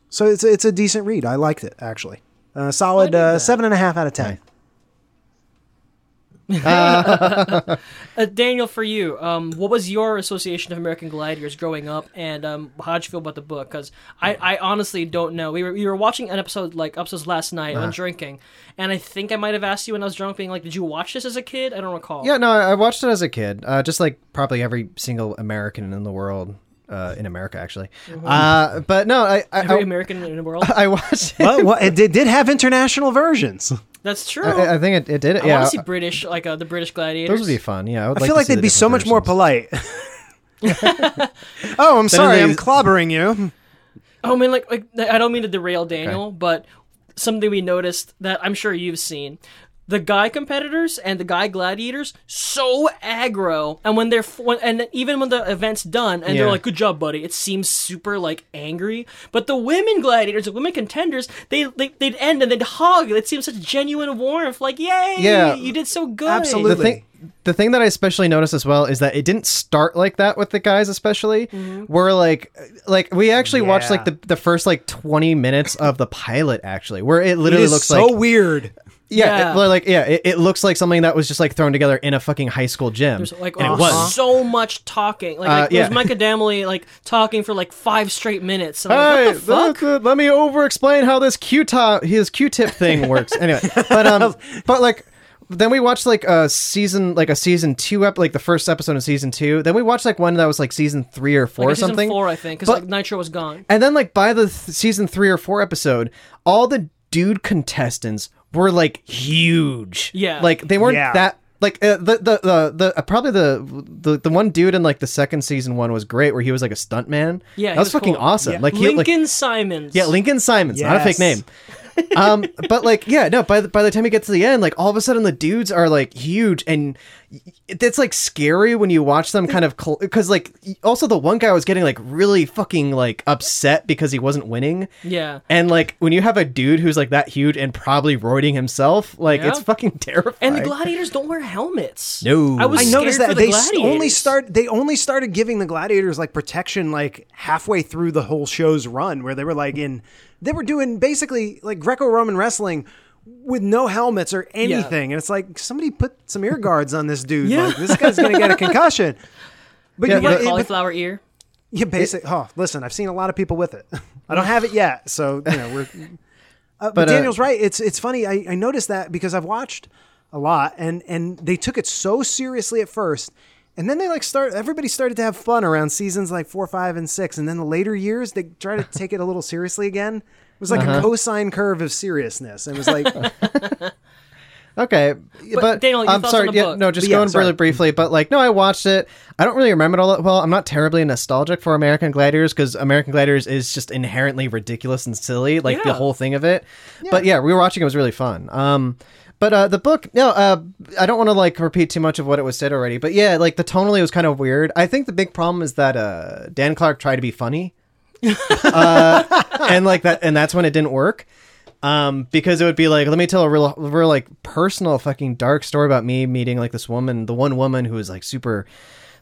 so it's it's a decent read. I liked it actually. Uh, solid uh, seven and a half out of ten. Uh, Daniel, for you, um, what was your association of American Gladiators growing up, and um, how'd you feel about the book? Because I, I honestly don't know. We were, we were watching an episode like episodes last night Uh-huh. on drinking, and I think I might have asked you when I was drunk, being like, "Did you watch this as a kid?" I don't recall. Yeah, no, I I watched it as a kid, uh, just like probably every single American in the world, uh, in America actually. Mm-hmm. Uh, but no, I I, Every I, American in the world. I watched it. Well, well, it did, did have international versions. That's true. I, I think it, it did it. I want Yeah, to see British, like uh, the British Gladiators. those would be fun. Yeah, I, would I feel like they'd be so much more polite. oh, I'm sorry, they- I'm clobbering you. Oh man, like, like I don't mean to derail Daniel, but something we noticed that I'm sure you've seen. The guy competitors and the guy gladiators so aggro, and when they're when, and even when the event's done, and they're Yeah. like, "Good job, buddy," it seems super like angry. But the women gladiators, the women contenders, they, they they'd end and they'd hug. It seems such genuine warmth, like, "Yay, Yeah. you did so good." Absolutely. the thing the thing that I especially noticed as well is that it didn't start like that with the guys especially Mm-hmm. we're like like we actually watched like Yeah. the, the first like 20 minutes of the pilot actually where it literally it is looks so like weird. yeah, Yeah. It, like yeah it, it looks like something that was just like thrown together in a fucking high school gym There's like and oh, it was so much talking. Like, like Uh, there's yeah. Micah Damley like talking for like five straight minutes. I'm like, Hey, what the th- fuck? th- let me over explain how this Q top his Q tip thing works. anyway, but um, but like then we watched like a season like a season two ep- like the first episode of season two. Then we watched like one that was like season three or four Like or season something. Four, I think, because But- like Nitro was gone. And then like by the th- season three or four episode, all the dude contestants were like huge. Yeah. like they weren't Yeah. that. Like uh, the the the, the uh, probably the, the the one dude in like the second season one was great where he was like a stuntman. Yeah, that he was, was fucking cool. awesome. Like he like, Lincoln Simons. yeah, Lincoln Simons, not a fake Yes. name. um, but like, yeah, no. By the, by the time you get to the end, like all of a sudden the dudes are like huge, and y- it's like scary when you watch them kind of because like y- also the one guy was getting like really fucking like upset because he wasn't winning. Yeah. And like when you have a dude who's like that huge and probably roiding himself, like Yeah. it's fucking terrifying. And the gladiators don't wear helmets. No. I was I I noticed scared that for the they s- only gladiators. start they only started giving the gladiators like protection like halfway through the whole show's run where they were like in they were doing basically like Greco-Roman wrestling with no helmets or anything and it's like somebody put some ear guards on this dude Yeah. like this guy's going to get a concussion but Yeah, you're but- right, Yeah, it- but- cauliflower ear. yeah, basic. oh, listen, I've seen a lot of people with it. I don't have it yet, so you know we're. Uh, but, uh, Daniel's right. It's it's funny. I, I noticed that because I've watched a lot, and and they took it so seriously at first, and then they like start. Everybody started to have fun around seasons like four, five, and six, and then the later years they try to take it a little seriously again. was like Uh-huh. a cosine curve of seriousness. And it was like, Okay, but, Daniel, your I'm thoughts sorry. on the yeah, book? no, just But yeah, going sorry. really briefly. But like, no, I watched it. I don't really remember it all that well. I'm not terribly nostalgic for American Gladiators because American Gladiators is just inherently ridiculous and silly, like the Yeah. whole thing of it. But yeah, rewatching it was really fun. Um, but uh, the book, no, uh, I don't want to like repeat too much of what it was said already. But yeah, like the tonally was kind of weird. I think the big problem is that uh, Dan Clark tried to be funny Uh, and like that and that's when it didn't work um because it would be like let me tell a real real like personal fucking dark story about me meeting like this woman the one woman who was like super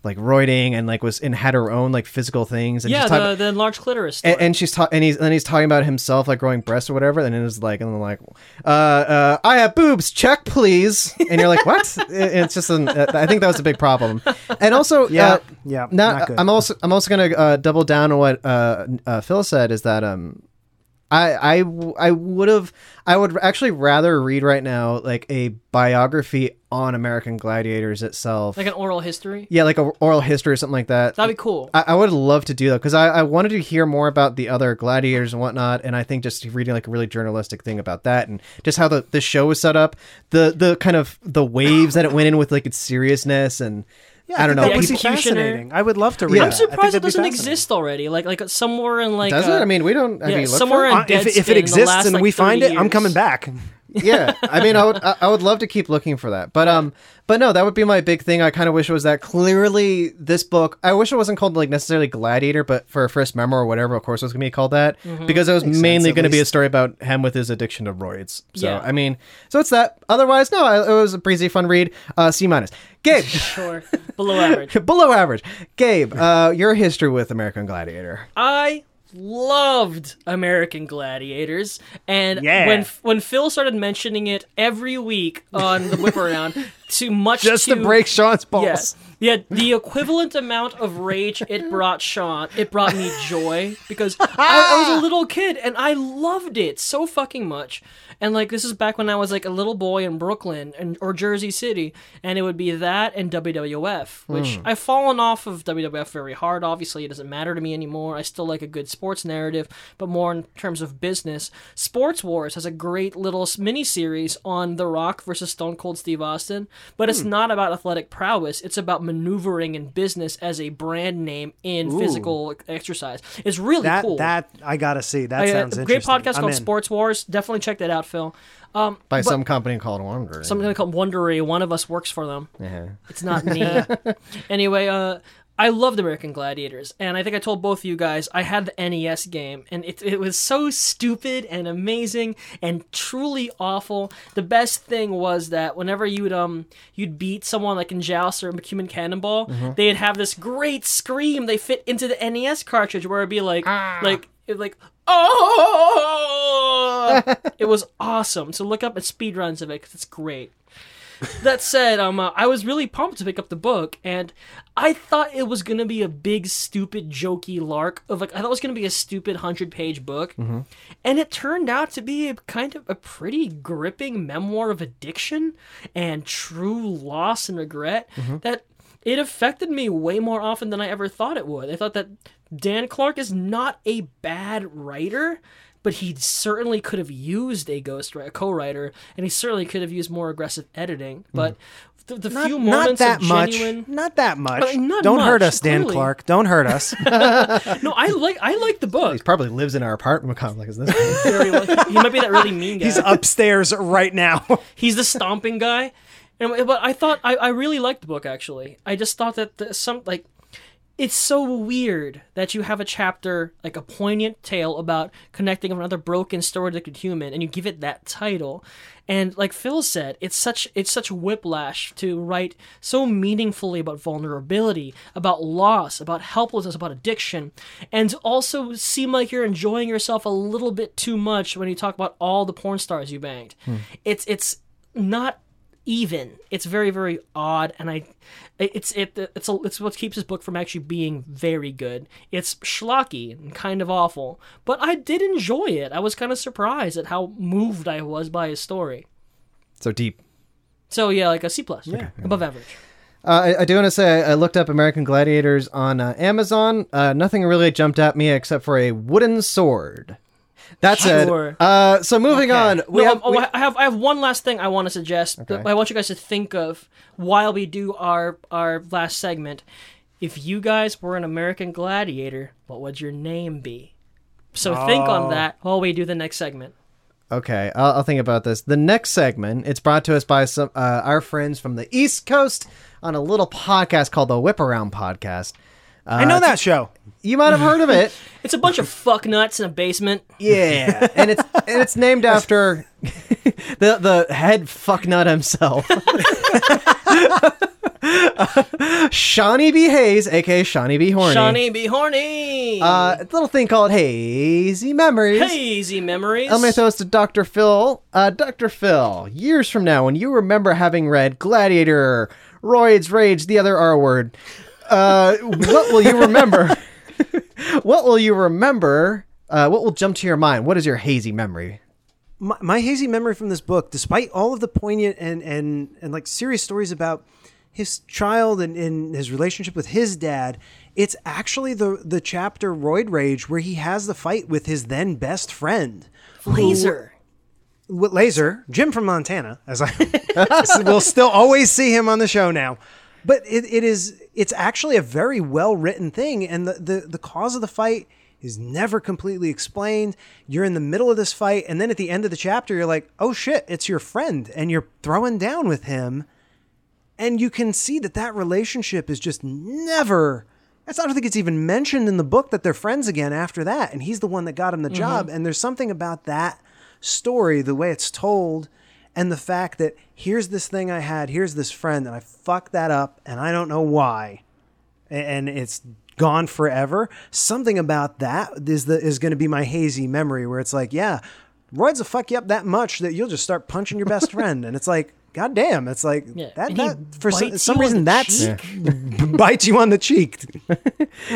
like roiding and like was and had her own like physical things and yeah, just the, talk- the large clitoris. Story. and, and she's ta- and he's and he's talking about himself like growing breasts or whatever and it is like and then like uh, uh i have boobs check please and you're like what It- it's just an uh, i think that was a big problem and also Yeah, uh, yeah, not, not good. i'm also i'm also gonna uh, double down on what uh, uh phil said is that um I I w- I would have I would actually rather read right now like a biography on American Gladiators itself. like an oral history. yeah, Uh, like a oral history or something like that. That'd be cool. I, I would love to do that because I, I wanted to hear more about the other gladiators and whatnot, and I think just reading like a really journalistic thing about that and just how the, the show was set up, the the kind of the waves that it went in with like its seriousness and I don't know. that The would people- be executioner. fascinating. I would love to read I'm that. I I'm think surprised that'd it be doesn't fascinating. exist already. Like like somewhere in like does uh, it? I mean, we don't. Have yeah, you looked somewhere for it? in Uh, Deadspin If, if in it the exists last, and like, we find 30 it, I'm years. coming back. yeah i mean i would I- i would love to keep looking for that but um but no that would be my big thing i kind of wish it was that clearly this book i wish it wasn't called like necessarily gladiator but for a first memoir or whatever of course it was gonna be called that because it was mainly Mm-hmm. at gonna be a least. story about him with his addiction to roids so Yeah. i mean so it's that otherwise no I, it was a breezy fun read uh c minus gabe Sure, below average. below average gabe uh your history with american gladiator I loved American Gladiators, and Yeah. when when Phil started mentioning it every week on the whip around, too much just to to break sean's balls Yes. Yeah, the equivalent amount of rage it brought Sean, it brought me joy because I, I was a little kid and I loved it so fucking much. And like this is back when I was like a little boy in Brooklyn and or Jersey City, and it would be that and WWF, which I've fallen off of WWF very hard. Obviously, it doesn't matter to me anymore. I still like a good sports narrative, but more in terms of business. Sports Wars has a great little mini series on The Rock versus Stone Cold Steve Austin, but Hmm. it's not about athletic prowess. It's about maneuvering in business as a brand name in physical exercise. It's really That cool. that I gotta see. That I- uh, sounds a great interesting. podcast I'm called in. Sports Wars. Definitely check that out, Phil. Um, by some company called wonder something called Wondery. One of us works for them. It's not me. anyway, uh, I loved American Gladiators, and I think I told both of you guys I had the NES game, and it, it was so stupid and amazing and truly awful. The best thing was that whenever you'd um you'd beat someone like in Joust or Human Cannonball, they'd have this great scream they fit into the NES cartridge where it'd be like like it like oh it was awesome. So look up at speedruns of it because it's great that said, um, uh, I was really pumped to pick up the book, and I thought it was gonna be a big, stupid, jokey lark of like I thought it was gonna be a stupid hundred-page book, and it turned out to be a kind of a pretty gripping memoir of addiction and true loss and regret that it affected me way more often than I ever thought it would. I thought that Dan Clark is not a bad writer, but he certainly could have used a ghost a co-writer, and he certainly could have used more aggressive editing. But the, the Mm. Not, few not moments that of much. genuine, Not that much. Uh, not Don't hurt much, us, Dan clearly. Clark. Don't hurt us. no, I like I like the he book probably lives in our apartment complex this one. very well. He might be that really mean guy. He's upstairs right now. he's the stomping guy. And, but I thought I, I really liked the book actually. I just thought that the, some like it's so weird that you have a chapter like a poignant tale about connecting with another broken story addicted human and you give it that title and like phil said it's such it's such whiplash to write so meaningfully about vulnerability about loss about helplessness about addiction and to also seem like you're enjoying yourself a little bit too much when you talk about all the porn stars you banged it's it's not even. It's very very odd, and I, it's it it's a, it's what keeps this book from actually being very good. It's schlocky and kind of awful, but I did enjoy it. I was kind of surprised at how moved I was by his story. so deep So yeah, like a C plus, yeah. above average. Uh, I, I do want to say I, I looked up American Gladiators on uh, Amazon. Uh, nothing really jumped at me except for a wooden sword. That's Sure. it. Uh, so moving on, we no, have oh, we- I have I have one last thing I want to suggest. that I want you guys to think of while we do our our last segment. If you guys were an American gladiator, what would your name be? So think Oh. on that while we do the next segment. Okay, I'll, I'll think about this. The next segment, it's brought to us by some uh, our friends from the East Coast on a little podcast called the Whip Around Podcast. Uh, I know that show. You might have heard of it. It's a bunch of fuck nuts in a basement. Yeah, and it's and it's named after the the head fucknut himself, Shawnee B. Hayes, aka Shawnee B. Horny. Shawnee be horny. uh, a little thing called Hazy Memories. Hazy memories. I'm going to throw this to Dr. Phil. Uh, Dr. Phil, years from now, when you remember having read Gladiator, Roids, Rage, the other R word, uh, what will you remember? what will you remember? Uh, what will jump to your mind? What is your hazy memory? my, my hazy memory from this book, despite all of the poignant and and and like serious stories about his child and, and his relationship with his dad, it's actually the the chapter Roid Rage where he has the fight with his then best friend. Laser. with Laser, Jim from Montana, as I will still always see him on the show now. But it, it is it's actually a very well written thing, and the, the the cause of the fight is never completely explained. You're in the middle of this fight, and then at the end of the chapter, you're like, oh shit, it's your friend, and you're throwing down with him, and you can see that that relationship is just never. That's, I don't think it's even mentioned in the book that they're friends again after that, and he's the one that got him the job. And there's something about that story, the way it's told, and the fact that here's this thing I had, here's this friend, and I fucked that up, and I don't know why, a- and it's gone forever. Something about that is the is going to be my hazy memory, where it's like, yeah, Royd's will fuck you up that much that you'll just start punching your best friend, and it's like. God damn! It's like Yeah, that. and he that for bites some, you some on reason, the that's cheek. bites you on the cheek.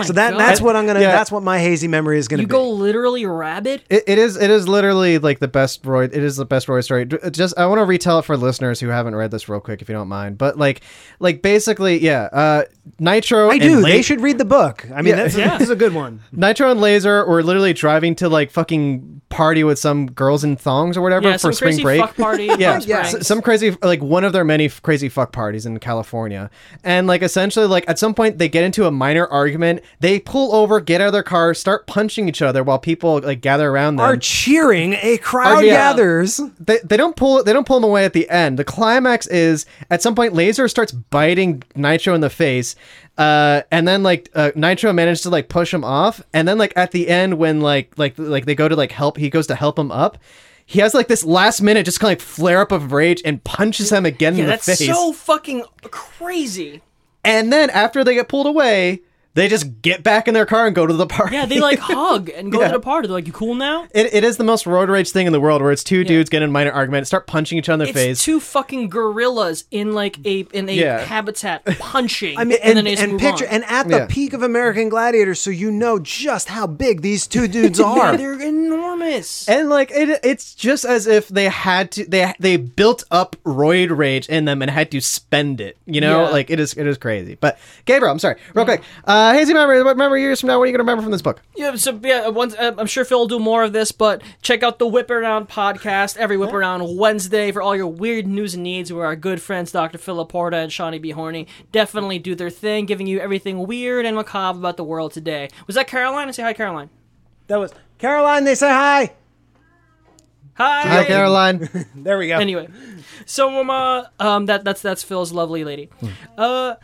so that God. that's what I'm gonna. Yeah. That's what my hazy memory is gonna You be. go literally rabid. It, it is it is literally like the best Roy. It is the best Roy story. D- Just I want to retell it for listeners who haven't read this real quick, if you don't mind. But like, like basically, yeah. Uh, Nitro. I and do. Laser- They should read the book. I mean, that's, Yeah. this is a good one. Nitro and Laser were literally driving to like fucking party with some girls in thongs or whatever Yeah, for some spring crazy break. fuck party. yeah, yeah. s- some crazy like one of their many f- crazy fuck parties in California. And like essentially like at some point they get into a minor argument, they pull over, get out of their car, start punching each other while people like gather around them. Are cheering a crowd Are- Oh, yeah. gathers. They, they don't pull they don't pull him away at the end. The climax is at some point Laser starts biting Nitro in the face, uh, and then like uh, Nitro managed to like push him off, and then like at the end when like like like they go to like help he goes to help him up. He has like this last minute just kind of like flare up of rage and punches him again Yeah, in the that's face. so fucking crazy. and then after they get pulled away, they just get back in their car and go to the party. Yeah, they like hug and go to the party. They're like, "You cool now?" it, it is the most road rage thing in the world where it's two dudes get in a minor argument, start punching each other in the It's face. two fucking gorillas in like a in a Yeah. habitat punching. I mean, and, and, then they and, just move picture on. and at the Yeah. peak of American Gladiator, so you know just how big these two dudes are. Yeah, they're enormous. And like it, it's just as if they had to they they built up roid rage in them and had to spend it. You know, Yeah. like it is it is crazy. But Gabriel, I'm sorry, real quick. Uh, hazy memory, what memory years from now? What are you gonna remember from this book? yeah, so yeah, once uh, I'm sure Phil will do more of this, but check out the Whip Around podcast every Whip Around Wednesday for all your weird news and needs. Where our good friends Dr. Phil Laporta and Shawnee B. Horny definitely do their thing, giving you everything weird and macabre about the world today. Was that Caroline? Say hi, Caroline. That was Caroline. They say hi. Hi, Hi, Caroline. There we go. anyway, so um, uh, um, that that's that's Phil's lovely lady. Hmm. Uh,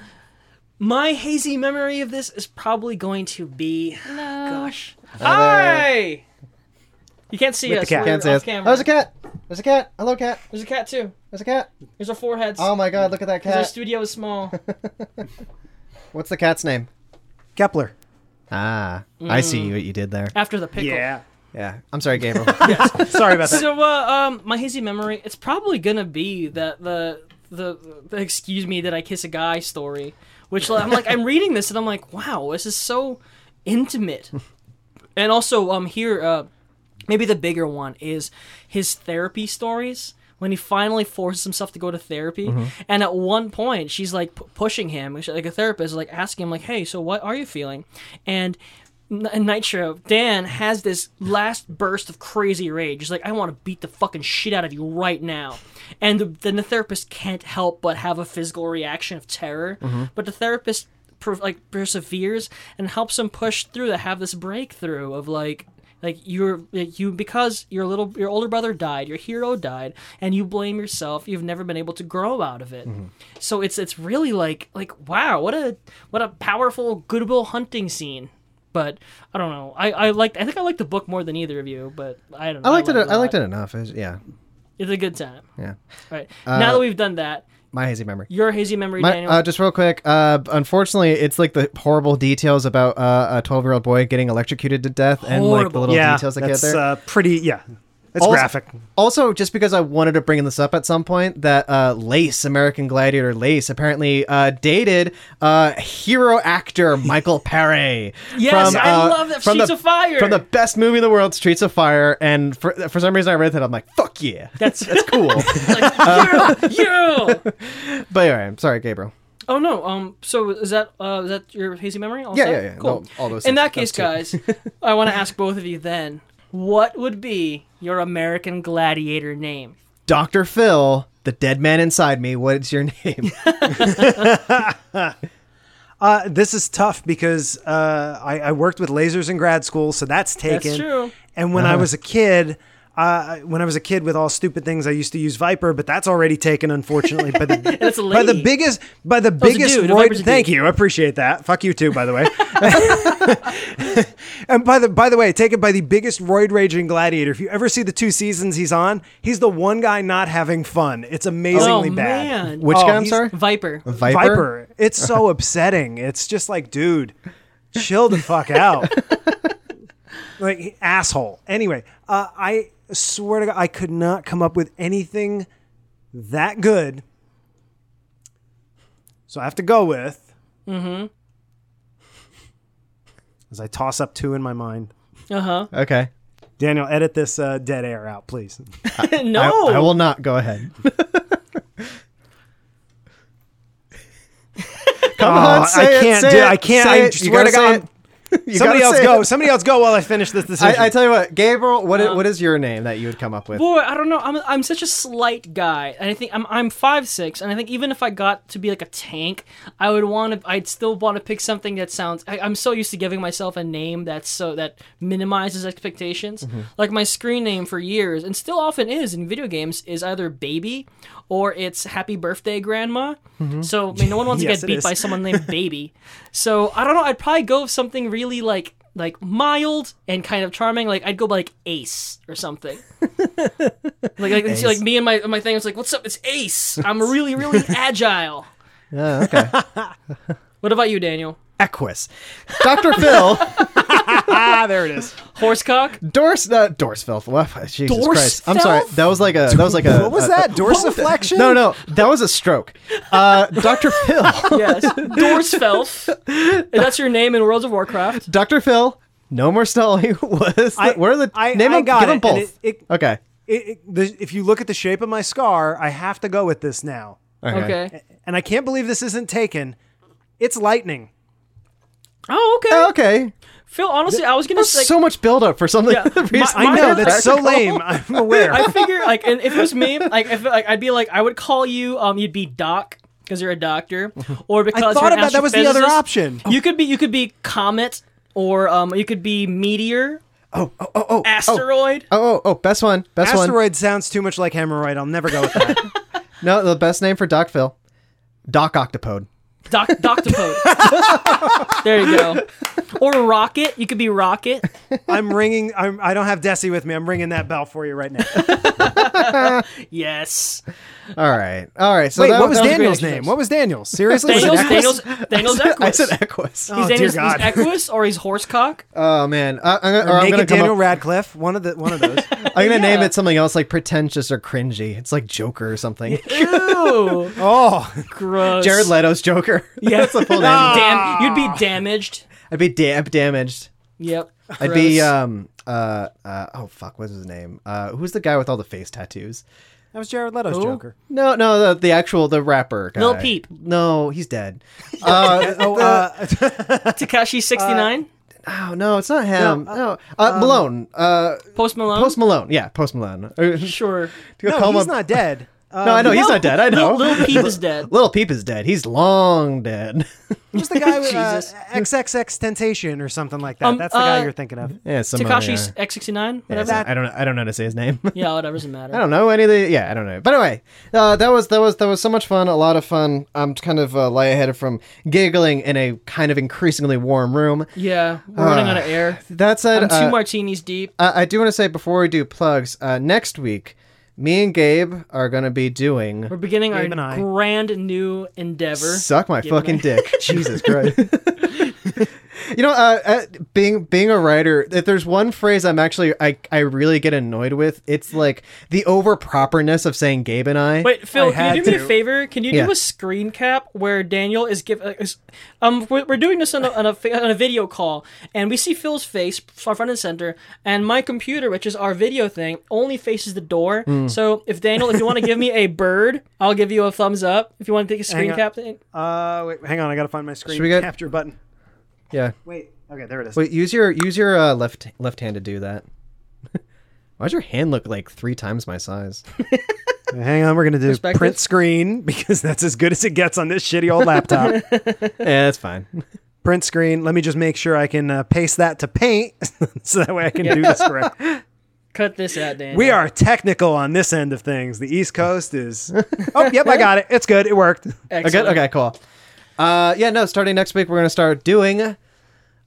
my hazy memory of this is probably going to be, gosh, hi. You can't see With the us. cat. we're Can't say off us. Oh, camera. there's a cat. There's a cat. Hello, cat. There's a cat too. There's a cat. There's our foreheads. Oh my God! Look at that Their cat. studio is small. What's the cat's name? Kepler. Ah, I Mm. see what you did there. After the pickle. Yeah, I'm sorry, Gabriel. Sorry about that. So, uh, um, my hazy memory, it's probably gonna be that the, the the excuse me that I kiss a guy story, which like, I'm like I'm reading this and I'm like, wow, this is so intimate, and also um here uh maybe the bigger one is his therapy stories when he finally forces himself to go to therapy and at one point she's like p- pushing him she- like a therapist like asking him like hey so what are you feeling and N- Nitro, Dan has this last burst of crazy rage. He's like, I want to beat the fucking shit out of you right now. And the, then the therapist can't help but have a physical reaction of terror. But the therapist per, like perseveres and helps him push through to have this breakthrough of like, like you're you because your little your older brother died, your hero died, and you blame yourself. You've never been able to grow out of it. So it's it's really like like wow, what a what a powerful goodwill hunting scene but I don't know. I I liked. I think I liked the book more than either of you, but I don't. know. I liked it. a I lot. liked it enough. It was- yeah, It's a good time. yeah. All right. now that we've done that, My hazy memory. your hazy memory, Uh, My, Daniel. uh, just real quick. Uh, unfortunately, it's like the horrible details about uh, a twelve-year-old boy getting electrocuted to death, and like the Horrible. little yeah, details that that's get there. Uh, pretty. Yeah, it's Also- graphic. Also, just because I wanted to bring this up at some point, that uh, Lace, American Gladiator Lace, apparently uh, dated uh, hero actor Michael Paré. Yes, I love that Streets the, of Fire. From the best movie in the world, Streets of Fire. And for, for some reason, I read that. I'm like, fuck yeah. That's- that's cool. but Like, yo, yo! anyway, I'm sorry, Gabriel. Oh no. Um. So is that uh is that your hazy memory? Also? Yeah, yeah, yeah. Cool. No, all those things. In that case, guys, I want to ask both of you then. What would be your American gladiator name? Dr. Phil, the dead man inside me, what is your name? Uh, this is tough because uh, I, I worked with lasers in grad school, so that's taken. true. And when Uh-huh. I was a kid, uh, when I was a kid with all stupid things, I used to use Viper, but that's already taken, unfortunately. But the, That's a by the lady. biggest, by the it's a biggest dude. A roid. Viper's a Thank dude. you, I appreciate that. Fuck you too, by the way. and by the by the way, taken by the biggest roid raging gladiator. If you ever see the two seasons he's on, he's the one guy not having fun. It's amazingly oh bad. man, Which Oh, guy, I'm he's- sorry? Viper. Viper? Viper. It's so upsetting. It's just like, dude, chill the fuck out. like asshole. Anyway, uh, I swear to God, I could not come up with anything that good. So I have to go with. Mm-hmm. As I toss up two in my mind, Uh huh. Okay. Daniel, edit this uh, dead air out, please. no. I, I will not. Go ahead. Come Oh, on, say I it, can't say do. it, I can't. say I it. You swear to gotta say God, it. You somebody gotta else say go. Uh. it. Somebody else go while I finish this decision. I, I tell you what, Gabriel. What i- what is your name that you would come up with? Boy, I don't know. I'm, I'm such a slight guy, and I think I'm I'm five six, and I think even if I got to be like a tank, I would want to. I'd still want to pick something that sounds. I, I'm so used to giving myself a name that's so that minimizes expectations. Like my screen name for years, and still often is in video games, is either baby or it's happy birthday grandma. So I mean, no one wants Yes, to it get beat is. by someone named baby. So I don't know. I'd probably go with something really like like mild and kind of charming. Like I'd go by like Ace or something. Like, like, it's like me and my my thing was like, "What's up? It's Ace. I'm really, really agile." Oh, okay, What about you, Daniel? Equus, Doctor Phil, ah, there it is. Horsecock? Doris, uh, Dorsfeld. Wow, Jesus Dorsfeld? Christ, I'm sorry. That was like a. That was like a. What was a- that? a- Dorsiflexion? no, no, that was a stroke. Uh, Doctor Phil, Yes. Dorsfelf. And That's your name in World of Warcraft. Doctor Phil. No more Stalling was. I- The, where are the I- name? I them, got give it, them both. and it- it- okay. It, it, the, if you look at the shape of my scar, I have to go with this now. Okay. And I can't believe this isn't taken. It's lightning. Oh, okay. Okay. Phil, honestly, I was gonna There's say. so much buildup for something. Yeah. that My- recently I Mine know are got that's so practical. lame. I'm aware. I figure like, and if it was me, like, if, like I'd be like, I would call you. Um, you'd be Doc because you're a doctor, or because I you're thought an about that was the other astrophysicist. option. You could be. You could be Comet, or um, you could be Meteor. Oh, oh, oh, Asteroid. Oh, oh, oh, best one. Best one. Asteroid sounds too much like hemorrhoid. I'll never go with that. No, the best name for Doc Phil. Doc Octopode. Doc Doctopode. there you go. Or Rocket. You could be Rocket. I'm ringing. I'm, I don't have Desi with me. I'm ringing that bell for you right now. Yes. All right. All right. So Wait, that, what was that a great Daniel's exercise. name? What was Daniel's? Seriously, Was it Daniel's Equus? Daniel's Daniel's I Equus. said Equus. Oh, He's dear Daniel's, he's God. Equus or he's Horsecock. Oh man, I, I'm, gonna- or I'm gonna Naked come Daniel up- Radcliffe. One of the one of those. I'm gonna name Yeah. it something else like pretentious or cringy. It's like Joker or something. Ew, oh, gross. Jared Leto's Joker. Yeah. that's the full name. Ah. Dam- you'd be damaged. I'd be da- damaged. Yep. I'd be Gross. um uh, uh oh fuck, what's his name? Uh, who's the guy with all the face tattoos? that was Jared Leto's Joker. No, no, the, the actual the rapper guy. Lil Peep. No, he's dead. Uh, Oh, uh, Takashi sixty nine. Oh no, it's not him. No, No, uh, Malone. Uh, Post Malone. Post Malone. Yeah, Post Malone. Uh, Sure. do you No, call he's him- not dead. Um, uh, No, I know he's not dead. I know. Lil, Lil Peep is dead. Little Peep is dead. He's long dead. Who's the guy with uh, Jesus. XXX Tentation or something like that? Um, That's the guy uh, you're thinking of. yeah, some Takashi X sixty nine. Whatever. that- I don't. I don't know how to say his name. Yeah, whatever doesn't matter. I don't know any of the. Yeah, I don't know. But anyway, uh, that was that was that was so much fun. A lot of fun. I'm kind of uh, lightheaded from giggling in a kind of increasingly warm room. Yeah, we're running out of air. That said, I'm two uh, martinis deep. I, I do want to say before we do plugs, uh, next week, me and Gabe are going to be doing We're beginning Gabe and our I. grand new endeavor. suck my and fucking dick. Jesus Christ. You know, uh, uh, being being a writer, if there's one phrase I'm actually I, I really get annoyed with, it's like the over properness of saying Gabe and I. Wait, Phil, I can you had do me a to. favor? Can you Yeah. do a screen cap where Daniel is give? uh, is- Um, we're, we're doing this on a, on, a, fa- on a video call, and we see Phil's face far front and center, and my computer, which is our video thing, only faces the door. Hmm. So if Daniel, if you want to give me a bird, I'll give you a thumbs up. If you want to take a screen on. cap, thing. Uh, wait, hang on, I gotta find my screen Should we get- capture button. Yeah. Wait, okay, there it is. Wait, use your use your uh, left left hand to do that. Why does your hand look like three times my size? Hang on, we're gonna do Perspective? print screen because that's as good as it gets on this shitty old laptop. yeah, that's fine. print screen. Let me just make sure I can uh, paste that to Paint so that way I can do this correct. cut this out, Daniel. We are technical on this end of things. The East Coast is. Oh, yep, I got it. It's good. It worked. Okay, Excellent. okay, cool. Uh, yeah, no. Starting next week, we're gonna start doing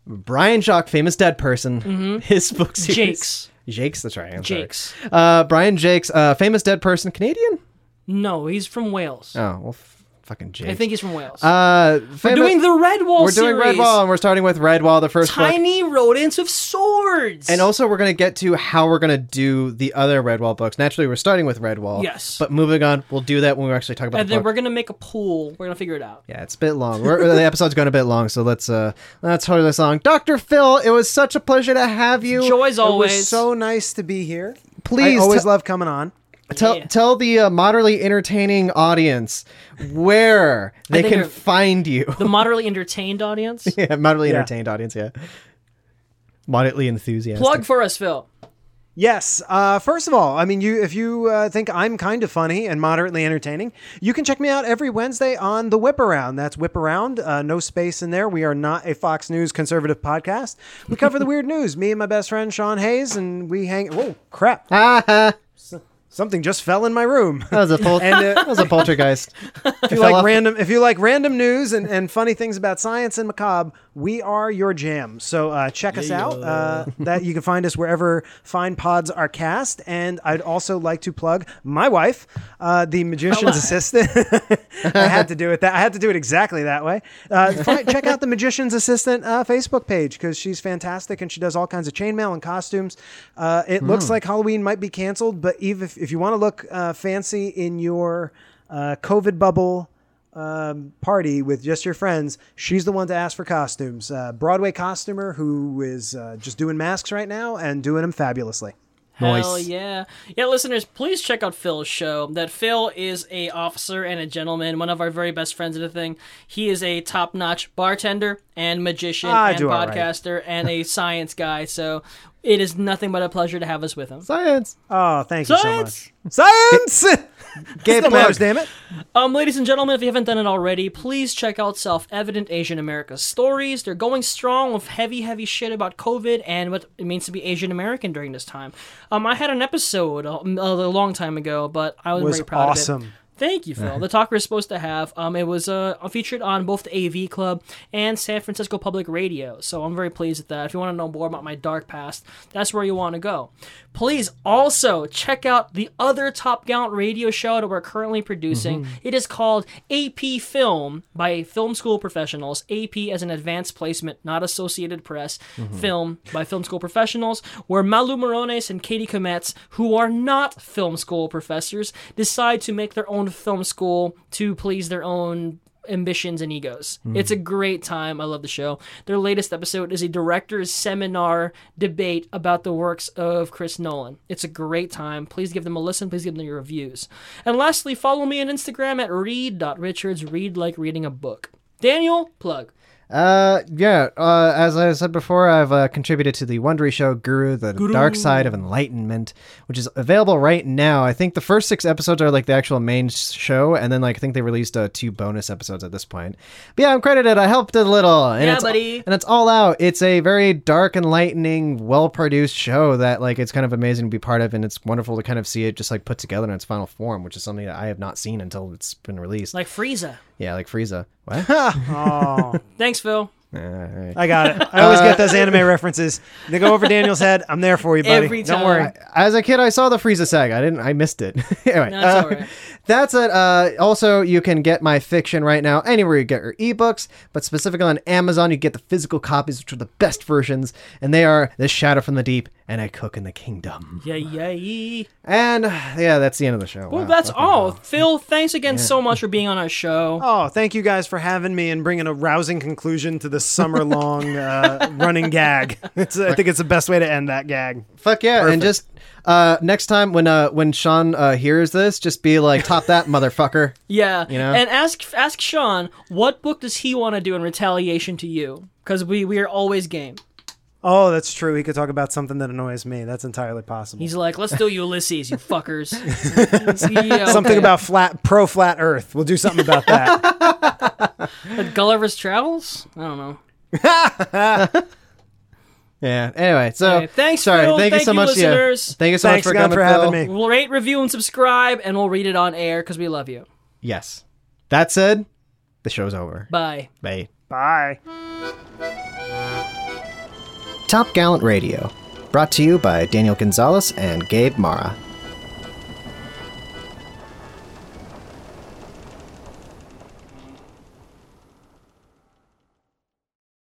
Brian Jock, famous dead person, his book series. Mm-hmm. Jakes. Jakes, that's right. I'm sorry. Jakes. Uh, Brian Jakes, uh, famous dead person, Canadian. No, he's from Wales. Oh well, f- fucking Jakes. I think he's from Wales. Uh, we're famous- doing the Red Wall We're doing series. Redwall, and we're starting with Redwall, the first book. Tiny rodents with swords. And also, we're going to get to how we're going to do the other Redwall books. Naturally, we're starting with Redwall. Yes. But moving on, we'll do that when we actually talk about and the then book. we're gonna make a pool. We're gonna figure it out. Yeah, it's a bit long. We're, the episode's going a bit long, so let's uh let's hurry this along. Doctor Phil, it was such a pleasure to have you. Joy as It always. was so nice to be here. Please I always te- love coming on. tell Yeah. tell the uh, moderately entertaining audience where they think can they're- find you. the moderately entertained audience. yeah, moderately Yeah. entertained audience. Yeah, moderately enthusiastic. Plug for us, Phil. Yes. Uh, first of all, I mean, you if you uh, think I'm kind of funny and moderately entertaining, you can check me out every Wednesday on the Whip Around. That's Whip Around. Uh, no space in there. We are not a Fox News conservative podcast. We cover the weird news. Me and my best friend Sean Hayes, and we hang. Whoa, crap! Ah, ha. Something just fell in my room. that was a pol- And, uh, that was a poltergeist. if you fell like off- random if you like random news and, and funny things about science and macabre we are your jam so uh, check us out uh, that you can find us wherever fine pods are cast and i'd also like to plug my wife uh, the magician's assistant i had to do it that i had to do it exactly that way uh, fi- check out the magician's assistant uh, facebook page because she's fantastic and she does all kinds of chainmail and costumes uh, it looks like halloween might be canceled but even if, if you want to look uh, fancy in your uh, COVID bubble um, party with just your friends. She's the one to ask for costumes. Uh, Broadway costumer who is uh, just doing masks right now and doing them fabulously. Hell yeah. Yeah, listeners, please check out Phil's show. That Phil is a officer and a gentleman, one of our very best friends in the thing. He is a top notch bartender and magician Ah, I and do all right. podcaster and a science guy, so it is nothing but a pleasure to have us with him. Science. Oh, thank Science! you so much. Science. Gay Still plugs. matters, damn it. Um, ladies and gentlemen, if you haven't done it already, please check out Self Evident Asian America Stories. They're going strong with heavy, heavy shit about COVID and what it means to be Asian American during this time. Um, I had an episode a, a long time ago, but I was, Was very proud of it. awesome. Thank you, Phil. The talk we're supposed to have, um, it was uh, featured on both the AV Club and San Francisco Public Radio, so I'm very pleased with that. If you want to know more about my dark past, that's where you want to go. Please also check out the other Top Gallant radio show that we're currently producing. It is called AP Film by Film School Professionals. AP as an advanced placement, not Associated Press. Film by Film School Professionals, where Malu Morones and Katie Kometz, who are not film school professors, decide to make their own film school to please their own ambitions and egos. It's a great time. I love the show. Their latest episode is a director's seminar debate about the works of Chris Nolan. It's a great time. Please give them a listen. Please give them your reviews. And lastly, follow me on Instagram at read.richards. Read like reading a book. Daniel, plug. Uh, yeah. Uh, as I said before, I've uh, contributed to the Wondery Show Guru, the Dark Side of Enlightenment, which is available right now. I think the first six episodes are like the actual main s- show, and then like I think they released uh, two bonus episodes at this point. But yeah, I'm credited. I helped a little. And Yeah, it's, buddy. And it's all out. It's a very dark, enlightening, well-produced show that like it's kind of amazing to be part of, and it's wonderful to kind of see it just like put together in its final form, which is something that I have not seen until it's been released. Like Frieza. yeah, like Frieza. What? Thanks, Phil. All right. I got it. I always get those anime references. They go over Daniel's head. I'm there for you, buddy. Every Don't time. worry. as a kid, I saw the Frieza saga. I didn't. I missed it. anyway, No, it's uh, alright. that's it. Uh, also, you can get my fiction right now anywhere you get your ebooks, but specifically on Amazon, you get the physical copies, which are the best versions, and they are "The Shadow from the Deep" and "I Cook in the Kingdom." Yeah, yeah, yeah. And yeah, that's the end of the show. Well, Wow, Oh, that's fucking all. hell. Phil, thanks again so much for being on our show. Oh, thank you guys for having me and bringing a rousing conclusion to this summer long uh, running gag. It's, I think it's the best way to end that gag. Fuck yeah! And just uh, next time when uh, when Sean uh, hears this, just be like, "Top that, motherfucker." Yeah, You know? and ask ask Sean what book does he want to do in retaliation to you? Because we we are always game. Oh, that's true. He could talk about something that annoys me. That's entirely possible. He's like, let's do Ulysses, you fuckers. Yeah, okay. something about flat pro flat Earth. We'll do something about that. Gulliver's Travels. I don't know. Yeah. Anyway, so Okay, thanks, Sorry. Phil. Thank, you Thank so you, much, yeah. listeners. Thank you so Thanks much for again coming, for having Phil. me. We'll rate, review, and subscribe, and we'll read it on air because we love you. Yes. That said, the show's over. Bye. Bye. Bye. Top Gallant Radio, brought to you by Daniel Gonzalez and Gabe Mara.